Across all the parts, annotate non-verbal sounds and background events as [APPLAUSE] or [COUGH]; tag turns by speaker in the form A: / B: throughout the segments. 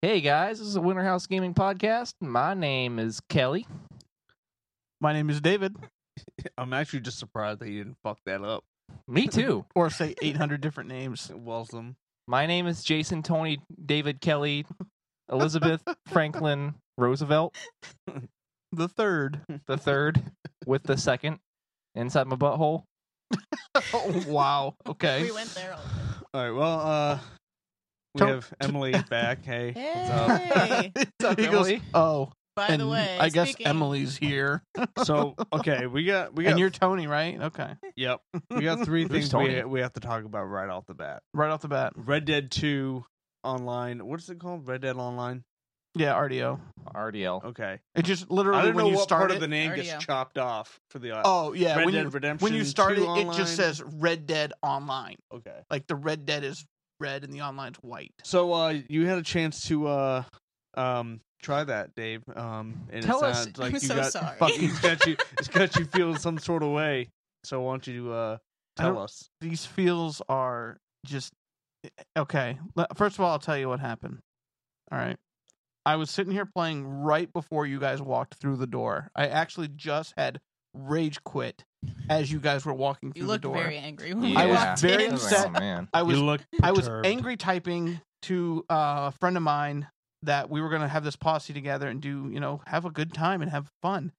A: Hey guys, this is the Winter House Gaming Podcast. My name is Kelly.
B: My name is David,
C: [LAUGHS] I'm actually just surprised that you didn't fuck that up.
A: Me
B: [LAUGHS]
A: too.
B: or say 800 different names.
C: Welcome.
A: My name is Jason Tony David
B: [LAUGHS]
A: Kelly Elizabeth Franklin Roosevelt
B: The
C: [LAUGHS]
B: third.
A: the third with the second inside my butthole.
B: Oh, wow. Okay. [LAUGHS]
D: We went there.
C: All right. Well, uh, we
B: Don't- [LAUGHS]
C: have Emily back. Hey. what's
D: Hey.
A: up,
B: he
A: Emily?
B: goes, oh,
D: By
B: uh, and
D: the way,
B: I guess
D: speaking,
B: Emily's here.
C: up? So okay, we got we got
B: And you're Tony, right? Okay.
C: yep.
B: [LAUGHS]
C: We got three
A: Who's
C: things
A: Tony?
C: we we have to talk about right off the bat.
B: Right off the bat.
C: Red Dead Two Online. What's it called? Red Dead Online.
B: Yeah, RDO.
A: RDL.
C: Okay
B: It just
C: I
B: literally
C: don't
B: when
C: know
B: you
C: what
B: start
C: part
B: it.
C: of the name
D: RDO.
C: gets chopped off for the.
B: oh, yeah.
C: Red
B: when
C: Dead
B: you,
C: Redemption.
B: when you start
C: 2
B: it, it
C: Online.
B: just says Red Dead Online.
C: okay.
B: Like the Red Dead is red and the online's white.
C: So uh, you had a chance to uh, um, try that, Dave. Um, and
A: Tell
C: it
A: us-
C: sounds like
D: I'm
C: you
D: so
C: got
D: sorry.
C: fucking it's got you. It's got you feeling some sort of way. So why don't you uh,
B: I
C: tell
B: don't-
C: us?
B: These feels are just eh, okay. le- First of all, I'll tell you what happened. All right. I was sitting here playing right before you guys walked through the door. I actually just had rage quit as you guys were walking through
D: you
B: the
D: looked
B: door.
D: very angry. When
A: I
D: we
A: was
D: walked
B: very
D: in.
B: upset.
A: Oh man.
B: I was
C: look.
B: I was angry typing to uh, a friend of mine that we were going to have this posse together and do, you know, have a good time and have fun.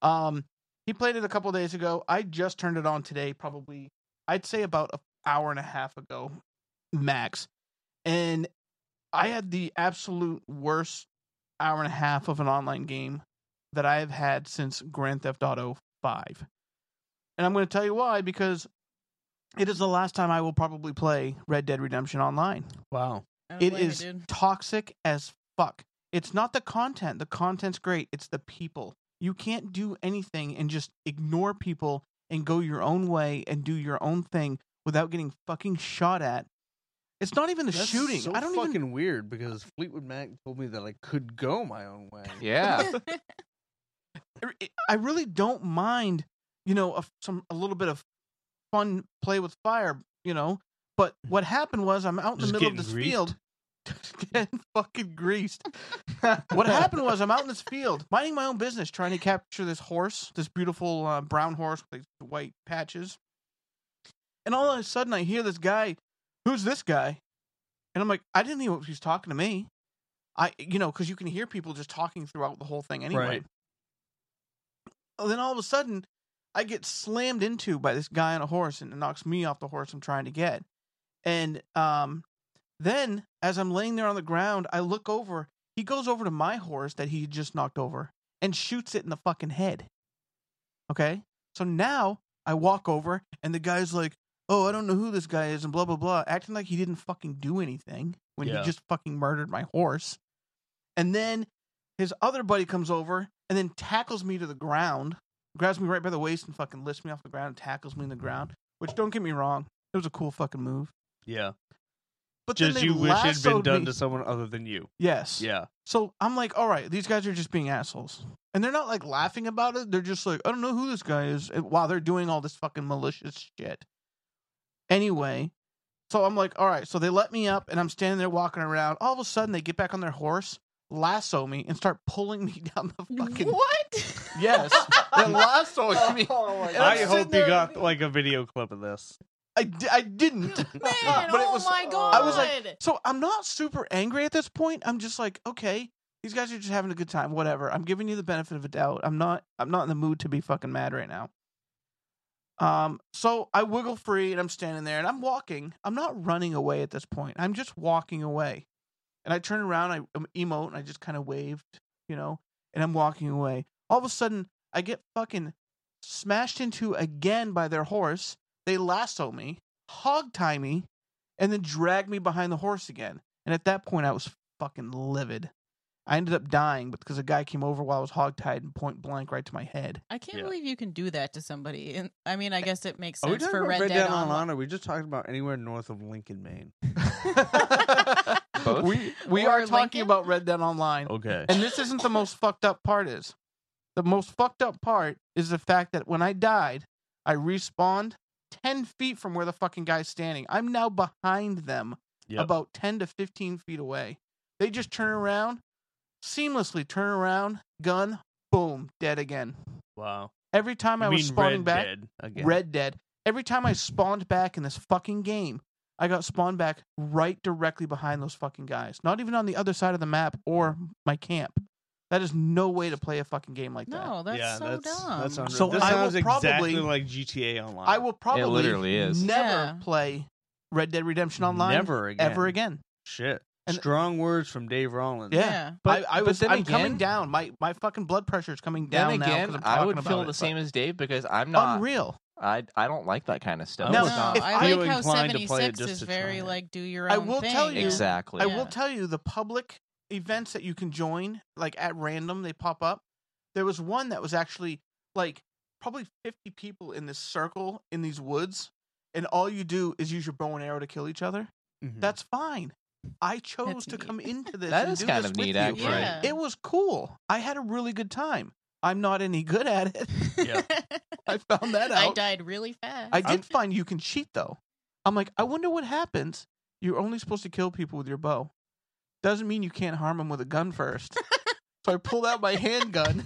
B: Um, he played it a couple days ago. I just turned it on today, probably, I'd say about an hour and a half ago, max. And I had the absolute worst hour and a half of an online game that I have had since Grand Theft Auto 5. And I'm going to tell you why, because it is the last time I will probably play Red Dead Redemption Online.
C: Wow.
D: I don't
B: It
D: blame you,
B: is
D: dude.
B: toxic as fuck. It's not the content. The content's great. It's the people. You can't do anything and just ignore people and go your own way and do your own thing without getting fucking shot at. It's not even the shooting. I don't
C: fucking
B: even.
C: weird because Fleetwood Mac told me that I could go my own way.
B: [LAUGHS]
A: Yeah.
D: [LAUGHS]
B: I really don't mind, you know, a, some a little bit of fun play with fire, you know. But what happened was I'm out in
C: Just
B: the middle of
C: getting
B: this
C: greased.
B: field, [LAUGHS] getting fucking greased. what happened was I'm out in this field, minding my own business, trying to capture this horse, this beautiful uh, brown horse with these white patches. And all of a sudden, I hear this guy. Who's this guy? And I'm like, I didn't even know if he's talking to me. I, you know, because you can hear people just talking throughout the whole thing anyway.
C: Right.
B: And then all of a sudden, I get slammed into by this guy on a horse, and it knocks me off the horse I'm trying to get. And um, then, as I'm laying there on the ground, I look over. He goes over to my horse that he just knocked over and shoots it in the fucking head. Okay? So now I walk over and the guy's like, oh, I don't know who this guy is and blah, blah, blah, acting like he didn't fucking do anything when
C: Yeah.
B: he just fucking murdered my horse. And then his other buddy comes over and then tackles me to the ground, grabs me right by the waist and fucking lifts me off the ground and tackles me in the ground, which don't get me wrong, it was a cool fucking move.
C: Yeah.
B: But then
C: Just
B: they
C: you wish it had been
B: lassoed
C: done
B: me.
C: to someone other than you.
B: Yes.
C: Yeah.
B: So I'm like, all right, these guys are just being assholes. And they're not like laughing about it. They're just like, I don't know who this guy is and- while they're doing all this fucking malicious shit. Anyway, so I'm like, all right, so they let me up and I'm standing there walking around. All of a sudden, they get back on their horse, lasso me, and start pulling me [LAUGHS] down the fucking.
D: what?
B: Yes. They're lassoing me. And I'm
C: I
B: sitting
C: hope you
B: there-
C: got like a video clip of this.
B: I, di- I didn't.
D: Man,
B: [LAUGHS] But it
D: oh
B: was- uh,
D: my god.
B: I was like- So I'm not super angry at this point. I'm just like, okay, these guys are just having a good time. Whatever. I'm giving you the benefit of a doubt. I'm not. I'm not in the mood to be fucking mad right now. Um. So I wiggle free and I'm standing there and I'm walking. I'm not running away at this point. I'm just walking away. And I turn around. I um, emote and I just kind of waved, you know. And I'm walking away. All of a sudden, I get fucking smashed into again by their horse. They lasso me, hog tie me, and then dragged me behind the horse again. And at that point, I was fucking livid. I ended up dying because a guy came over while I was hogtied and point blank right to my head.
D: I can't
C: Yeah.
D: believe you can do that to somebody. And I mean, I
B: Eh,
D: guess it makes
C: Are we
D: sense
C: talking
D: for
C: about
D: Red,
C: Red
D: Dead, Online.
C: Online? Or are we just talking about anywhere north of Lincoln, Maine?
B: [LAUGHS]
A: Both?
B: We we
D: Or
B: are talking
D: Lincoln?
B: about Red Dead Online,
C: Okay.
B: and this isn't the most fucked up part. Is the most fucked up part is the fact that when I died, I respawned ten feet from where the fucking guy's standing. I'm now behind them,
C: Yep.
B: about ten to fifteen feet away. They just turn around, seamlessly turn around, gun, boom, dead again.
C: Wow.
B: Every time I
C: You
B: was
C: mean
B: spawning
C: Red
B: back,
C: Dead again.
B: Red Dead. Every time I spawned back in this fucking game, I got spawned back right directly behind those fucking guys. Not even on the other side of the map or my camp. That is no way to play a fucking game like that.
D: [LAUGHS] No, that's
C: yeah,
D: so
C: that's,
D: dumb.
C: That's unreal.
B: So
C: this
B: I will
C: sounds exactly
B: probably-
C: like GTA Online.
B: I will probably
A: literally is.
B: never
D: Yeah.
B: play Red Dead Redemption Online
C: Never again.
B: ever again.
C: Shit.
B: And-
C: Strong words from Dave Rollins.
B: Yeah.
A: But-
B: I, I
A: but
B: was
A: then
B: I'm
A: again-
B: coming down. My my fucking blood pressure is coming
A: Then
B: down now 'cause
A: again,
B: I'm
A: I
B: talking
A: would
B: about
A: feel
B: it,
A: the
B: but
A: same as Dave because I'm not.
B: unreal.
A: I I don't like that kind of
C: I
A: stuff.
C: No,
D: no,
C: was not
B: I
D: I
C: feel
D: like how
C: inclined to play it
D: 76
C: just
D: is
C: to
D: very
C: try it.
D: like do your
B: I
D: own
B: will
D: thing.
B: tell you-
D: [LAUGHS]
A: exactly.
B: I
D: Yeah.
B: will tell you the public events that you can join, like at random, they pop up. There was one that was actually like probably 50 people in this circle in these woods, and all you do is use your bow and arrow to kill each other.
A: Hmm.
C: Mhm.
B: That's fine. I chose
D: That's
B: to
D: neat.
A: [LAUGHS]
B: come into this.
A: That
B: and
A: is
B: do
A: kind
B: this
A: of
B: with
A: neat,
B: you.
A: actually.
D: Yeah.
B: It was cool. I had a really good time. I'm not any good at it. [LAUGHS]
C: Yeah.
B: I found that
D: I
B: out.
D: died really fast.
B: I did
C: I'm-
B: find you can cheat though. I'm like, I wonder what happens. You're only supposed to kill people with your bow. Doesn't mean you can't harm them with a gun
C: [LAUGHS]
B: first. so I pulled out my handgun.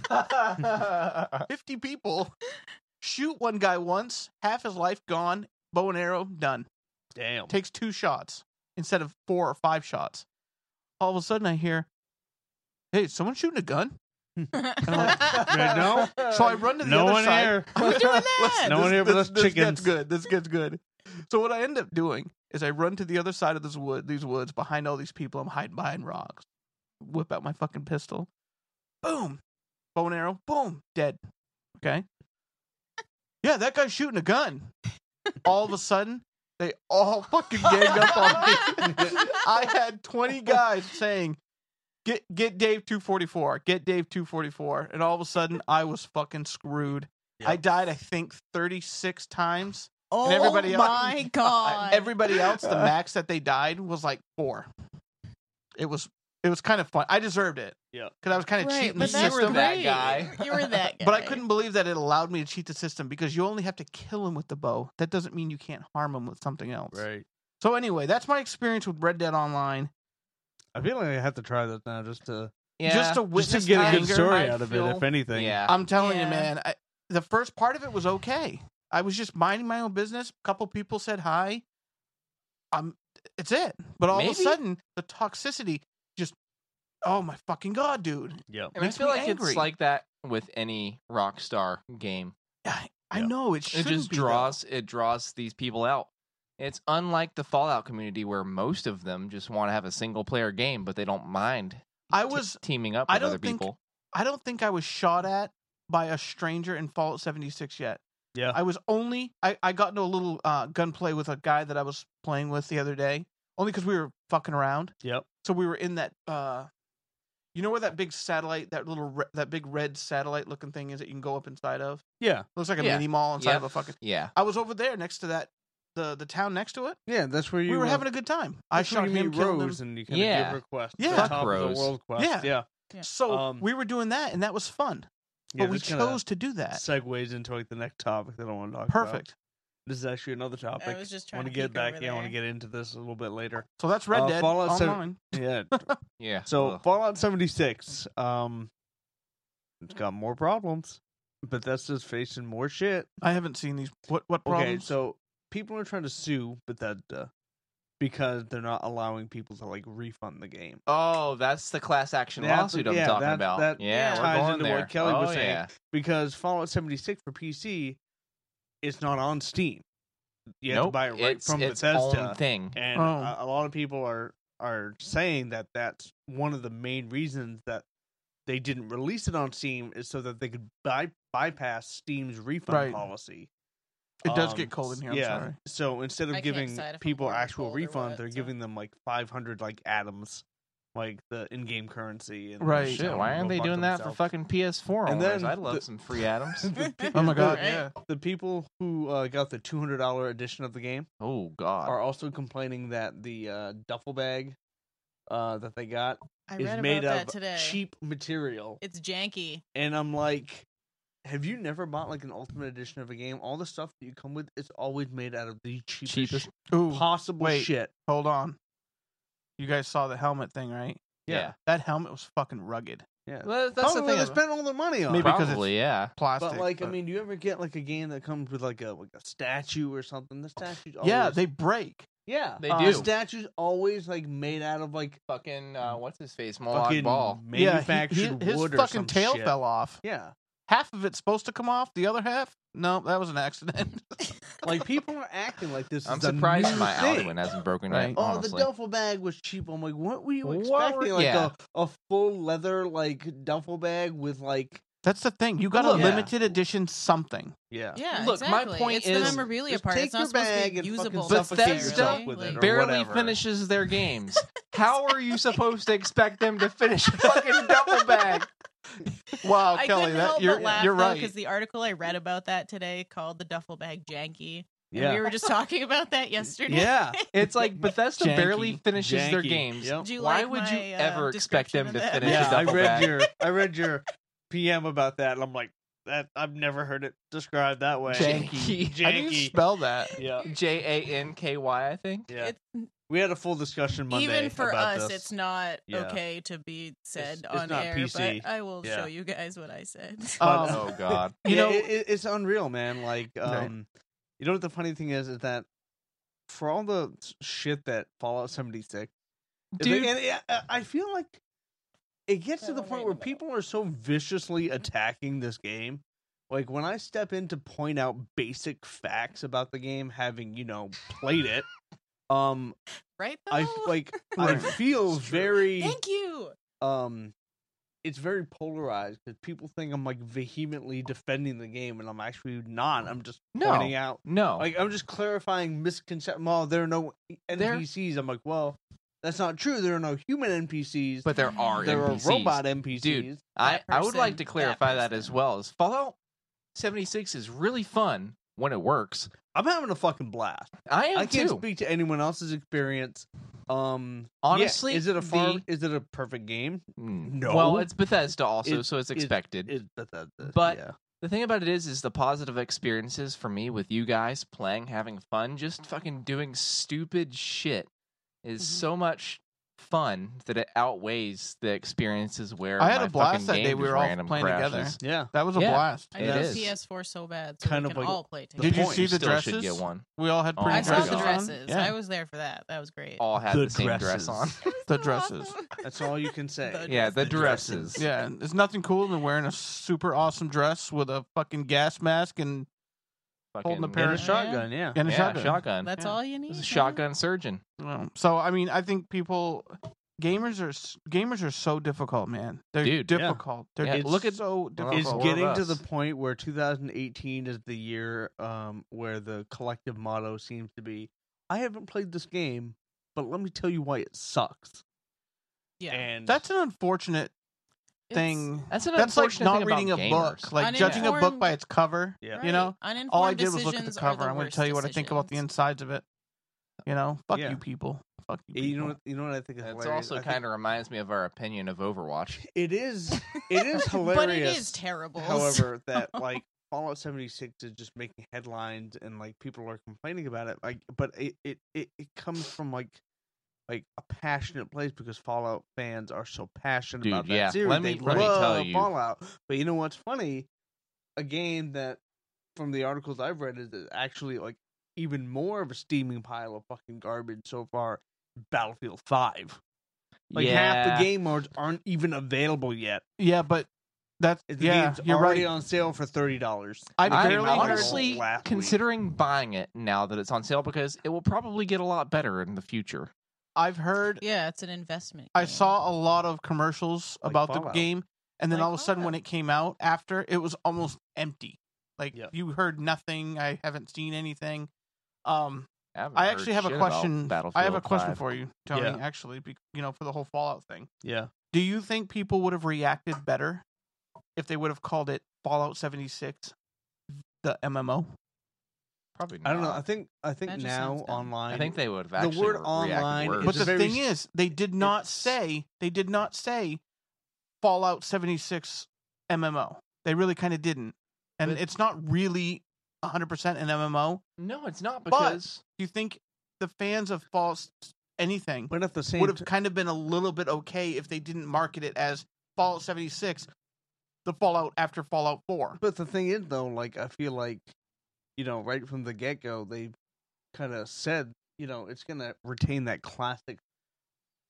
B: Fifty people. Shoot one guy once, half his life gone, bow and arrow done.
C: Damn.
B: Takes two shots instead of four or five shots. All of a sudden, I hear, "Hey, is someone shooting a gun!"
C: no?
B: [LAUGHS] So I run to the
C: Uh, no
B: other
C: one
B: side.
C: here. [LAUGHS]
D: We're
B: [LAUGHS]
D: doing that.
C: No one here but us
B: this
C: chickens.
B: Gets good. This gets good. So what I end up doing is I run to the other side of this wood, these woods, behind all these people. I'm hiding behind rocks. Whip out my fucking pistol. Boom, bow and arrow. Boom, dead. Okay. Yeah, that guy's shooting a gun. All of a sudden, they all fucking ganged up on me. [LAUGHS] I had 20 guys saying, "Get get Dave 244, get Dave 244," and all of a sudden I was fucking screwed. I
C: Yep.
B: died, I think, 36 times.
D: oh
B: everybody else-
D: my god!
B: Everybody else,
A: Uh, Uh-huh.
B: the max that they died was like four. It was it was kind of fun. I deserved it.
C: Yeah.
B: because I was kind of
D: right,
B: cheating
D: but
B: the
D: that's
B: system.
A: that
D: great.
A: guy.
D: You were that guy.
B: But I couldn't believe that it allowed me to cheat the system because you only have to kill him with the bow. That doesn't mean you can't harm him with something else.
C: Right.
B: So anyway, that's my experience with Red Dead Online.
C: I feel like I have to try that now just to
A: Yeah.
B: Just to
C: just
B: witness
C: to get a good
B: anger,
C: story
A: I
C: out of it,
A: feel-
C: if anything.
A: yeah.
B: I'm telling
D: Yeah.
B: you, man. I, the first part of it was okay. I was just minding my own business. A couple people said hi. I'm. It's it. But all of
A: Maybe.
B: a sudden, the toxicity just. Oh my fucking god, dude!
C: Yep.
A: And I
B: makes
A: feel
B: me
A: like
B: angry.
A: it's like that with any Rockstar game.
B: I, I
C: Yeah.
B: know it.
A: It
B: Shouldn't
A: just
B: be, though.
A: draws it draws these people out. It's unlike the Fallout community where most of them just want to have a single player game, but they don't mind
B: I
A: t-
B: was.
A: teaming up
B: I
A: with
B: don't
A: other
B: think-
A: people.
B: I don't think I was shot at by a stranger in Fallout 76 yet.
C: Yeah.
B: I was only I, I got into a little uh, gunplay with a guy that I was playing with the other day, only because we were fucking around.
C: Yep.
B: So we were in that uh, you know where that big satellite, that little re- that big red satellite looking thing is that you can go up inside of.
C: Yeah.
B: Looks like a
A: Yeah.
B: mini mall inside
A: Yeah.
B: of a fucking.
A: Yeah.
B: I was over there next to that the the town next to it.
C: Yeah, that's where you
B: we were having a good time. I
C: that's where
B: shot
C: you
B: him,
C: meet
B: killed him.
C: Rose and you kind of
A: Yeah.
C: give her quest.
B: Yeah.
C: The
B: Fuck
C: top of
A: Rose.
C: the world quest.
B: Yeah.
C: Yeah.
D: Yeah.
B: So
C: Um,
B: we were doing that, and that was fun.
C: Yeah,
B: but we
C: this kinda
B: chose to do that.
C: segues into like the next topic that I want to talk about.
B: Perfect.
C: This is actually another topic.
D: I was just trying
C: want to
D: to
C: get
D: peek
C: back.
D: over
C: Yeah, I want to
D: there.
C: get into this a little bit later.
B: So that's Red
C: Uh,
B: Dead
C: Fallout seven-
B: Online.
C: [LAUGHS] Yeah.
A: Yeah.
C: So
A: Ugh.
C: Fallout 76, um, it's got more problems. Bethesda's facing more shit.
B: I haven't seen these. What what
C: Okay,
B: problems?
C: so people are trying to sue Bethesda because they're not allowing people to like refund the game.
A: Oh, that's the class action
C: That's-
A: lawsuit I'm
C: yeah,
A: talking
C: that-
A: about.
C: that
A: yeah,
D: ties
A: we're going
C: into what
A: there.
C: Kelly was
A: Oh,
C: saying.
A: yeah.
C: Because Fallout 76 for PC is not on Steam. You have
A: nope.
C: to buy it right
A: it's,
C: from
A: its
C: Bethesda.
A: own thing.
C: and
B: Oh.
C: a, a lot of people are are saying that that's one of the main reasons that they didn't release it on Steam is so that they could by, bypass Steam's refund
B: Right.
C: policy.
B: it does
C: Um,
B: get cold in here.
C: yeah.
B: I'm sorry.
C: So instead of
D: I can't
C: giving
D: decide if I'm
C: people
D: warm or
C: actual
D: cold or
C: refund,
D: what,
C: they're
D: so-
C: giving them like 500 like atoms, like the in-game currency. And
B: Right.
A: Shit, why aren't they doing that for fucking PS4
C: And
A: owners?
C: then
A: I'd love
C: the-
A: some free [LAUGHS] atoms.
D: [LAUGHS]
B: [LAUGHS] Oh my god.
D: Right?
B: Yeah.
C: The people who uh, got the $200 edition of the game
A: oh god.
C: are also complaining that the uh, duffel bag uh, that they got
D: I
C: is
D: read
C: made
D: about
C: of
D: that today.
C: cheap material.
D: It's janky.
C: And I'm like, have you never bought like an ultimate edition of a game? All the stuff that you come with is always made out of the cheapest,
A: Cheapest.
B: Ooh,
C: possible
B: wait.
C: shit.
B: hold on. You guys saw the helmet thing, right?
A: Yeah.
B: That helmet was fucking rugged.
C: Yeah.
A: Well, that's the
C: Probably
A: thing.
C: they spent all their money on.
B: Maybe
C: it.
B: because it's
A: Probably, yeah.
B: Plastic.
C: But like, I mean, do you ever get like a game that comes with like a like a statue or something? The statues, always,
B: yeah, they break.
C: yeah,
A: They
B: Uh,
C: the
A: do.
C: statues always like made out of like
A: Fucking, uh, what's his face? Mohawk
C: fucking
A: Ball.
C: manufactured
B: yeah, he- he- his
C: wood or
B: fucking
C: some
B: tail
C: shit.
B: fell off.
C: Yeah,
B: Half of it's supposed to come off. The other half, no, that was an accident. [LAUGHS]
C: like people are acting like this.
A: I'm
C: is a
A: surprised
C: new
A: my
C: thing.
A: Alduin hasn't broken
B: Right.
A: right.
C: Oh, the
A: honestly.
C: duffel bag was cheap. I'm like, what were you
A: What were-
C: expecting? like
A: yeah.
C: a, a full leather like duffel bag with like
B: That's the thing. You got a
C: Look, yeah.
B: limited edition something.
C: yeah.
D: Yeah,
A: Look, my
D: exactly.
A: point
D: it's
A: is-
D: the memorabilia
C: Just
D: part.
C: take
D: it's not
C: your
D: supposed to
C: bag
D: be
C: and fucking
D: usable.
A: But suffocate
D: necessarily.
A: yourself
C: with it or
D: Like,
A: barely
C: whatever.
A: finishes
C: [LAUGHS]
A: their games. How are you supposed to expect them to finish a fucking double bag?
B: Wow,
D: I
B: Kelly,
D: couldn't
B: that
D: help
B: you're
D: but laugh
B: you're right.
D: because the article I read about that today called the duffel bag janky. And
C: Yeah.
D: [LAUGHS] we were just talking about that yesterday. [LAUGHS]
C: yeah.
A: It's
C: [LAUGHS]
A: like Bethesda
C: Janky,
A: barely finishes their
C: janky.
A: games.
C: Yep.
D: Do you
A: Why
D: like
A: would
D: my,
A: you
D: uh,
A: ever expect them
D: description of
A: to
D: that?
A: finish
C: Yeah,
A: a
C: I
A: double
C: read
A: bag?
C: your I read your PM about that, and I'm like, that I've never heard it described that way.
A: Janky.
B: How do you
C: janky.
B: spell that?
C: Yeah,
A: J A N K Y, I think.
C: yeah.
D: It's-
C: we had a full discussion Monday.
D: Even for
C: about
D: us,
C: this.
D: it's not
C: Yeah.
D: okay to be said
C: It's- it's
D: on
C: not
D: air,
C: PC.
D: but I will
C: Yeah.
D: show you guys what I said.
B: Um,
A: oh God.
B: You
C: yeah,
B: know,
C: it, it- it's unreal, man. Like, um,
B: Right.
C: you know what the funny thing is is that for all the s- shit that Fallout 76, if they-
A: Dude.
C: and it- uh, I- I feel like it gets to
D: That
C: the
D: one
C: point
D: right
C: where
D: in the middle.
C: people are so
D: Mm-hmm.
C: viciously attacking this game. Like when I step in to point out basic facts about the game, having you know played it, um,
D: right? Though?
C: I f-
D: [LAUGHS]
C: like I
B: Right.
C: feel
B: It's true.
C: very
D: Thank you.
C: um it's very polarized because people think I'm like vehemently defending the game and I'm actually not. I'm just
A: No.
C: pointing out
A: No.
C: like I'm just clarifying misconception. Well, there are no
A: There-
C: NPCs. I'm like, well, that's not true. There are no human NPCs.
A: but there are
C: there
A: NPCs.
C: are robot NPCs.
A: I, I would
D: person,
A: like to
D: that
A: clarify that, as
D: person.
A: well. Is Fallout 76 is really fun when it works.
C: I'm having a fucking blast.
A: I am
C: I can't
A: too.
C: speak to anyone else's experience. Um, yeah,
A: Honestly,
C: is it a far,
A: the-
C: is it a perfect game?
A: Mm.
C: No.
A: Well, it's Bethesda also,
C: It-
A: so it's
C: it-
A: expected.
C: It, that, that, that-
A: But-
C: yeah.
A: the thing about it is, is the positive experiences for me with you guys playing, having fun, just fucking doing stupid shit is
D: Mhm.
B: Mm-hmm.
A: so much fun that it outweighs the experiences where
B: I had
A: my
B: a blast
A: fucking
B: that
A: game
B: day we
A: just
B: were all
A: random
B: playing
A: crashes.
B: together.
C: yeah,
B: That was a
A: Yeah.
B: blast.
D: I
A: It
D: want
A: is.
D: PS4 so bad, so
C: Kind
D: we
C: of
D: can
C: like
D: all play
C: the
D: together.
B: Did you
C: point.
B: see
A: You
B: the
A: still
B: dresses?
A: should get one.
B: We all had
A: Oh
B: pretty
A: my
D: I saw
B: dresses.
D: the
A: God.
D: dresses.
B: On. Yeah.
D: I was there for that. That was great.
A: All had
C: The
A: the, same
C: dresses.
A: dress
B: [LAUGHS]
A: on.
D: [LAUGHS]
B: the dresses.
C: That's all you can say.
D: The
A: yeah, [LAUGHS] the
C: dresses.
A: dresses.
B: Yeah, and there's nothing cooler than wearing a super awesome dress with a fucking gas mask and, Holding a
A: Fucking-
B: pair
C: And a
B: of
C: shotgun, yeah.
B: and a
A: yeah,
B: shotgun.
A: shotgun.
D: [LAUGHS] That's
B: Yeah.
D: all you need.
A: This is a
D: huh?
A: shotgun surgeon.
B: Um, So I mean, I think people, gamers are s- gamers are so difficult, man. They're
A: Dude, yeah.
B: difficult. They're
A: Yeah,
B: look
A: look at-
B: at so difficult.
C: It's
A: Well,
C: getting
A: we're
C: to the
A: us.
C: point where 2018 is the year um, where the collective motto seems to be, "I haven't played this game, but let me tell you why it sucks."
D: Yeah.
C: And
B: That's an unfortunate
D: It's
B: thing.
A: That's an
B: That's like
A: unfortunate
B: not
A: thing about
B: reading a
A: gamers.
B: book, like judging a book
D: Uninformed-
B: by its cover.
C: yeah,
B: you know,
D: Uninformed
B: All I did was look at the
D: decisions are
B: cover. I'm going to
D: worst
B: tell you what I think about the
D: decisions.
B: insides of it. You know, fuck
C: Yeah.
B: you people. Fuck you.
C: Yeah, you know,
B: people.
C: what, you know what I think is
A: It's
C: hilarious?
A: also
C: I think
A: kind of reminds me of our opinion of Overwatch.
C: it is it is hilarious.
D: [LAUGHS] But it is terrible.
C: However, that
A: [LAUGHS]
C: like Fallout 76 is just making headlines and like people are complaining about it. Like, but it it it, it comes from like like a passionate place because Fallout fans are so passionate
A: Dude,
C: about that
A: yeah.
C: series.
A: Let me-
C: they
A: let me
C: love
A: tell you.
C: Fallout. But you know what's funny? A game that from the articles I've read is that actually like even more of a steaming pile of fucking garbage so far. Battlefield 5. Like half the game modes aren't even available yet.
B: Yeah, but that's
C: The
B: yeah.
C: game's
B: You're
C: already
B: right.
C: on sale for thirty dollars.
B: I
A: I'm
B: barely heard-
A: honestly
C: last week.
A: considering buying it now that it's on sale because it will probably get a lot better in the future.
B: I've heard.
D: [LAUGHS] yeah, it's an investment.
B: I
D: game.
B: saw a lot of commercials
C: Like
B: about the
C: Fallout.
B: game, and then
D: Like
B: all of a sudden, when
D: Fallout.
B: it came out after, it was almost empty. Like
C: Yeah.
B: you heard nothing. I haven't seen anything. Um,
A: haven't
B: I
A: heard
B: actually have a
A: shit about
B: question. I
A: Battlefield
B: have a question
A: 5.
B: for you, Tony.
C: Yeah.
B: Actually, be, you know, for the whole Fallout thing,
C: Yeah,
B: do you think people would have reacted better if they would have called it Fallout seventy six, the MMO?
A: Probably not.
C: I don't know. I think I
D: That
C: think
D: just
C: now
D: sounds dumb.
C: online.
A: I think they would have
C: The
A: actually
C: word
A: re- reacted
C: online
A: worse.
B: But
C: It's
B: the
C: a very
B: thing
C: s-
B: is, they did not
C: it's-
B: say they did not say Fallout 76 MMO. They really kind of didn't, and
A: But-
B: it's not really 100 percent an MMO.
A: no, it's not
B: But-
A: because
B: Do you think the fans of Fallout anything
C: But at the same
B: would have
C: t-
B: kind of been a little bit okay if they didn't market it as Fallout 76, the Fallout after Fallout 4.
C: But the thing is, though, like I feel like, you know, right from the get go, they kind of said, you know, it's gonna retain that classic,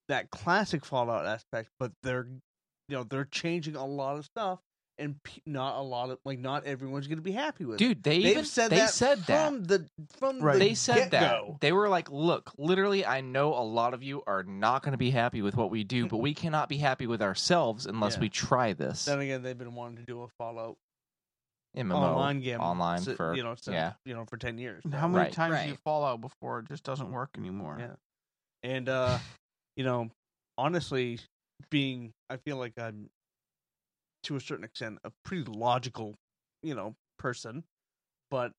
C: that classic Fallout aspect, but they're, you know, they're changing a lot of stuff, and pe- not a lot of like not everyone's gonna be happy with. it.
A: Dude, they
C: They've
A: even
C: said
A: they
C: that
A: said that.
C: from the from
B: Right.
C: the
A: they said
C: get-go.
A: that. They were like, look, literally, I know a lot of you are not going to be happy with what we do, but we cannot be happy with ourselves unless
C: Yeah.
A: we try this
C: Then again, they've been wanting to do a Fallout
A: MMO.
C: online game
A: online
C: si-
A: for-
C: you know since,
A: yeah.
C: you know for ten years.
B: And
C: so-
B: how many
A: Right.
B: times do you
D: Right.
B: Fallout before it just doesn't work anymore?
C: Yeah. and uh you know honestly being i feel like i'm to a certain extent a pretty logical you know person but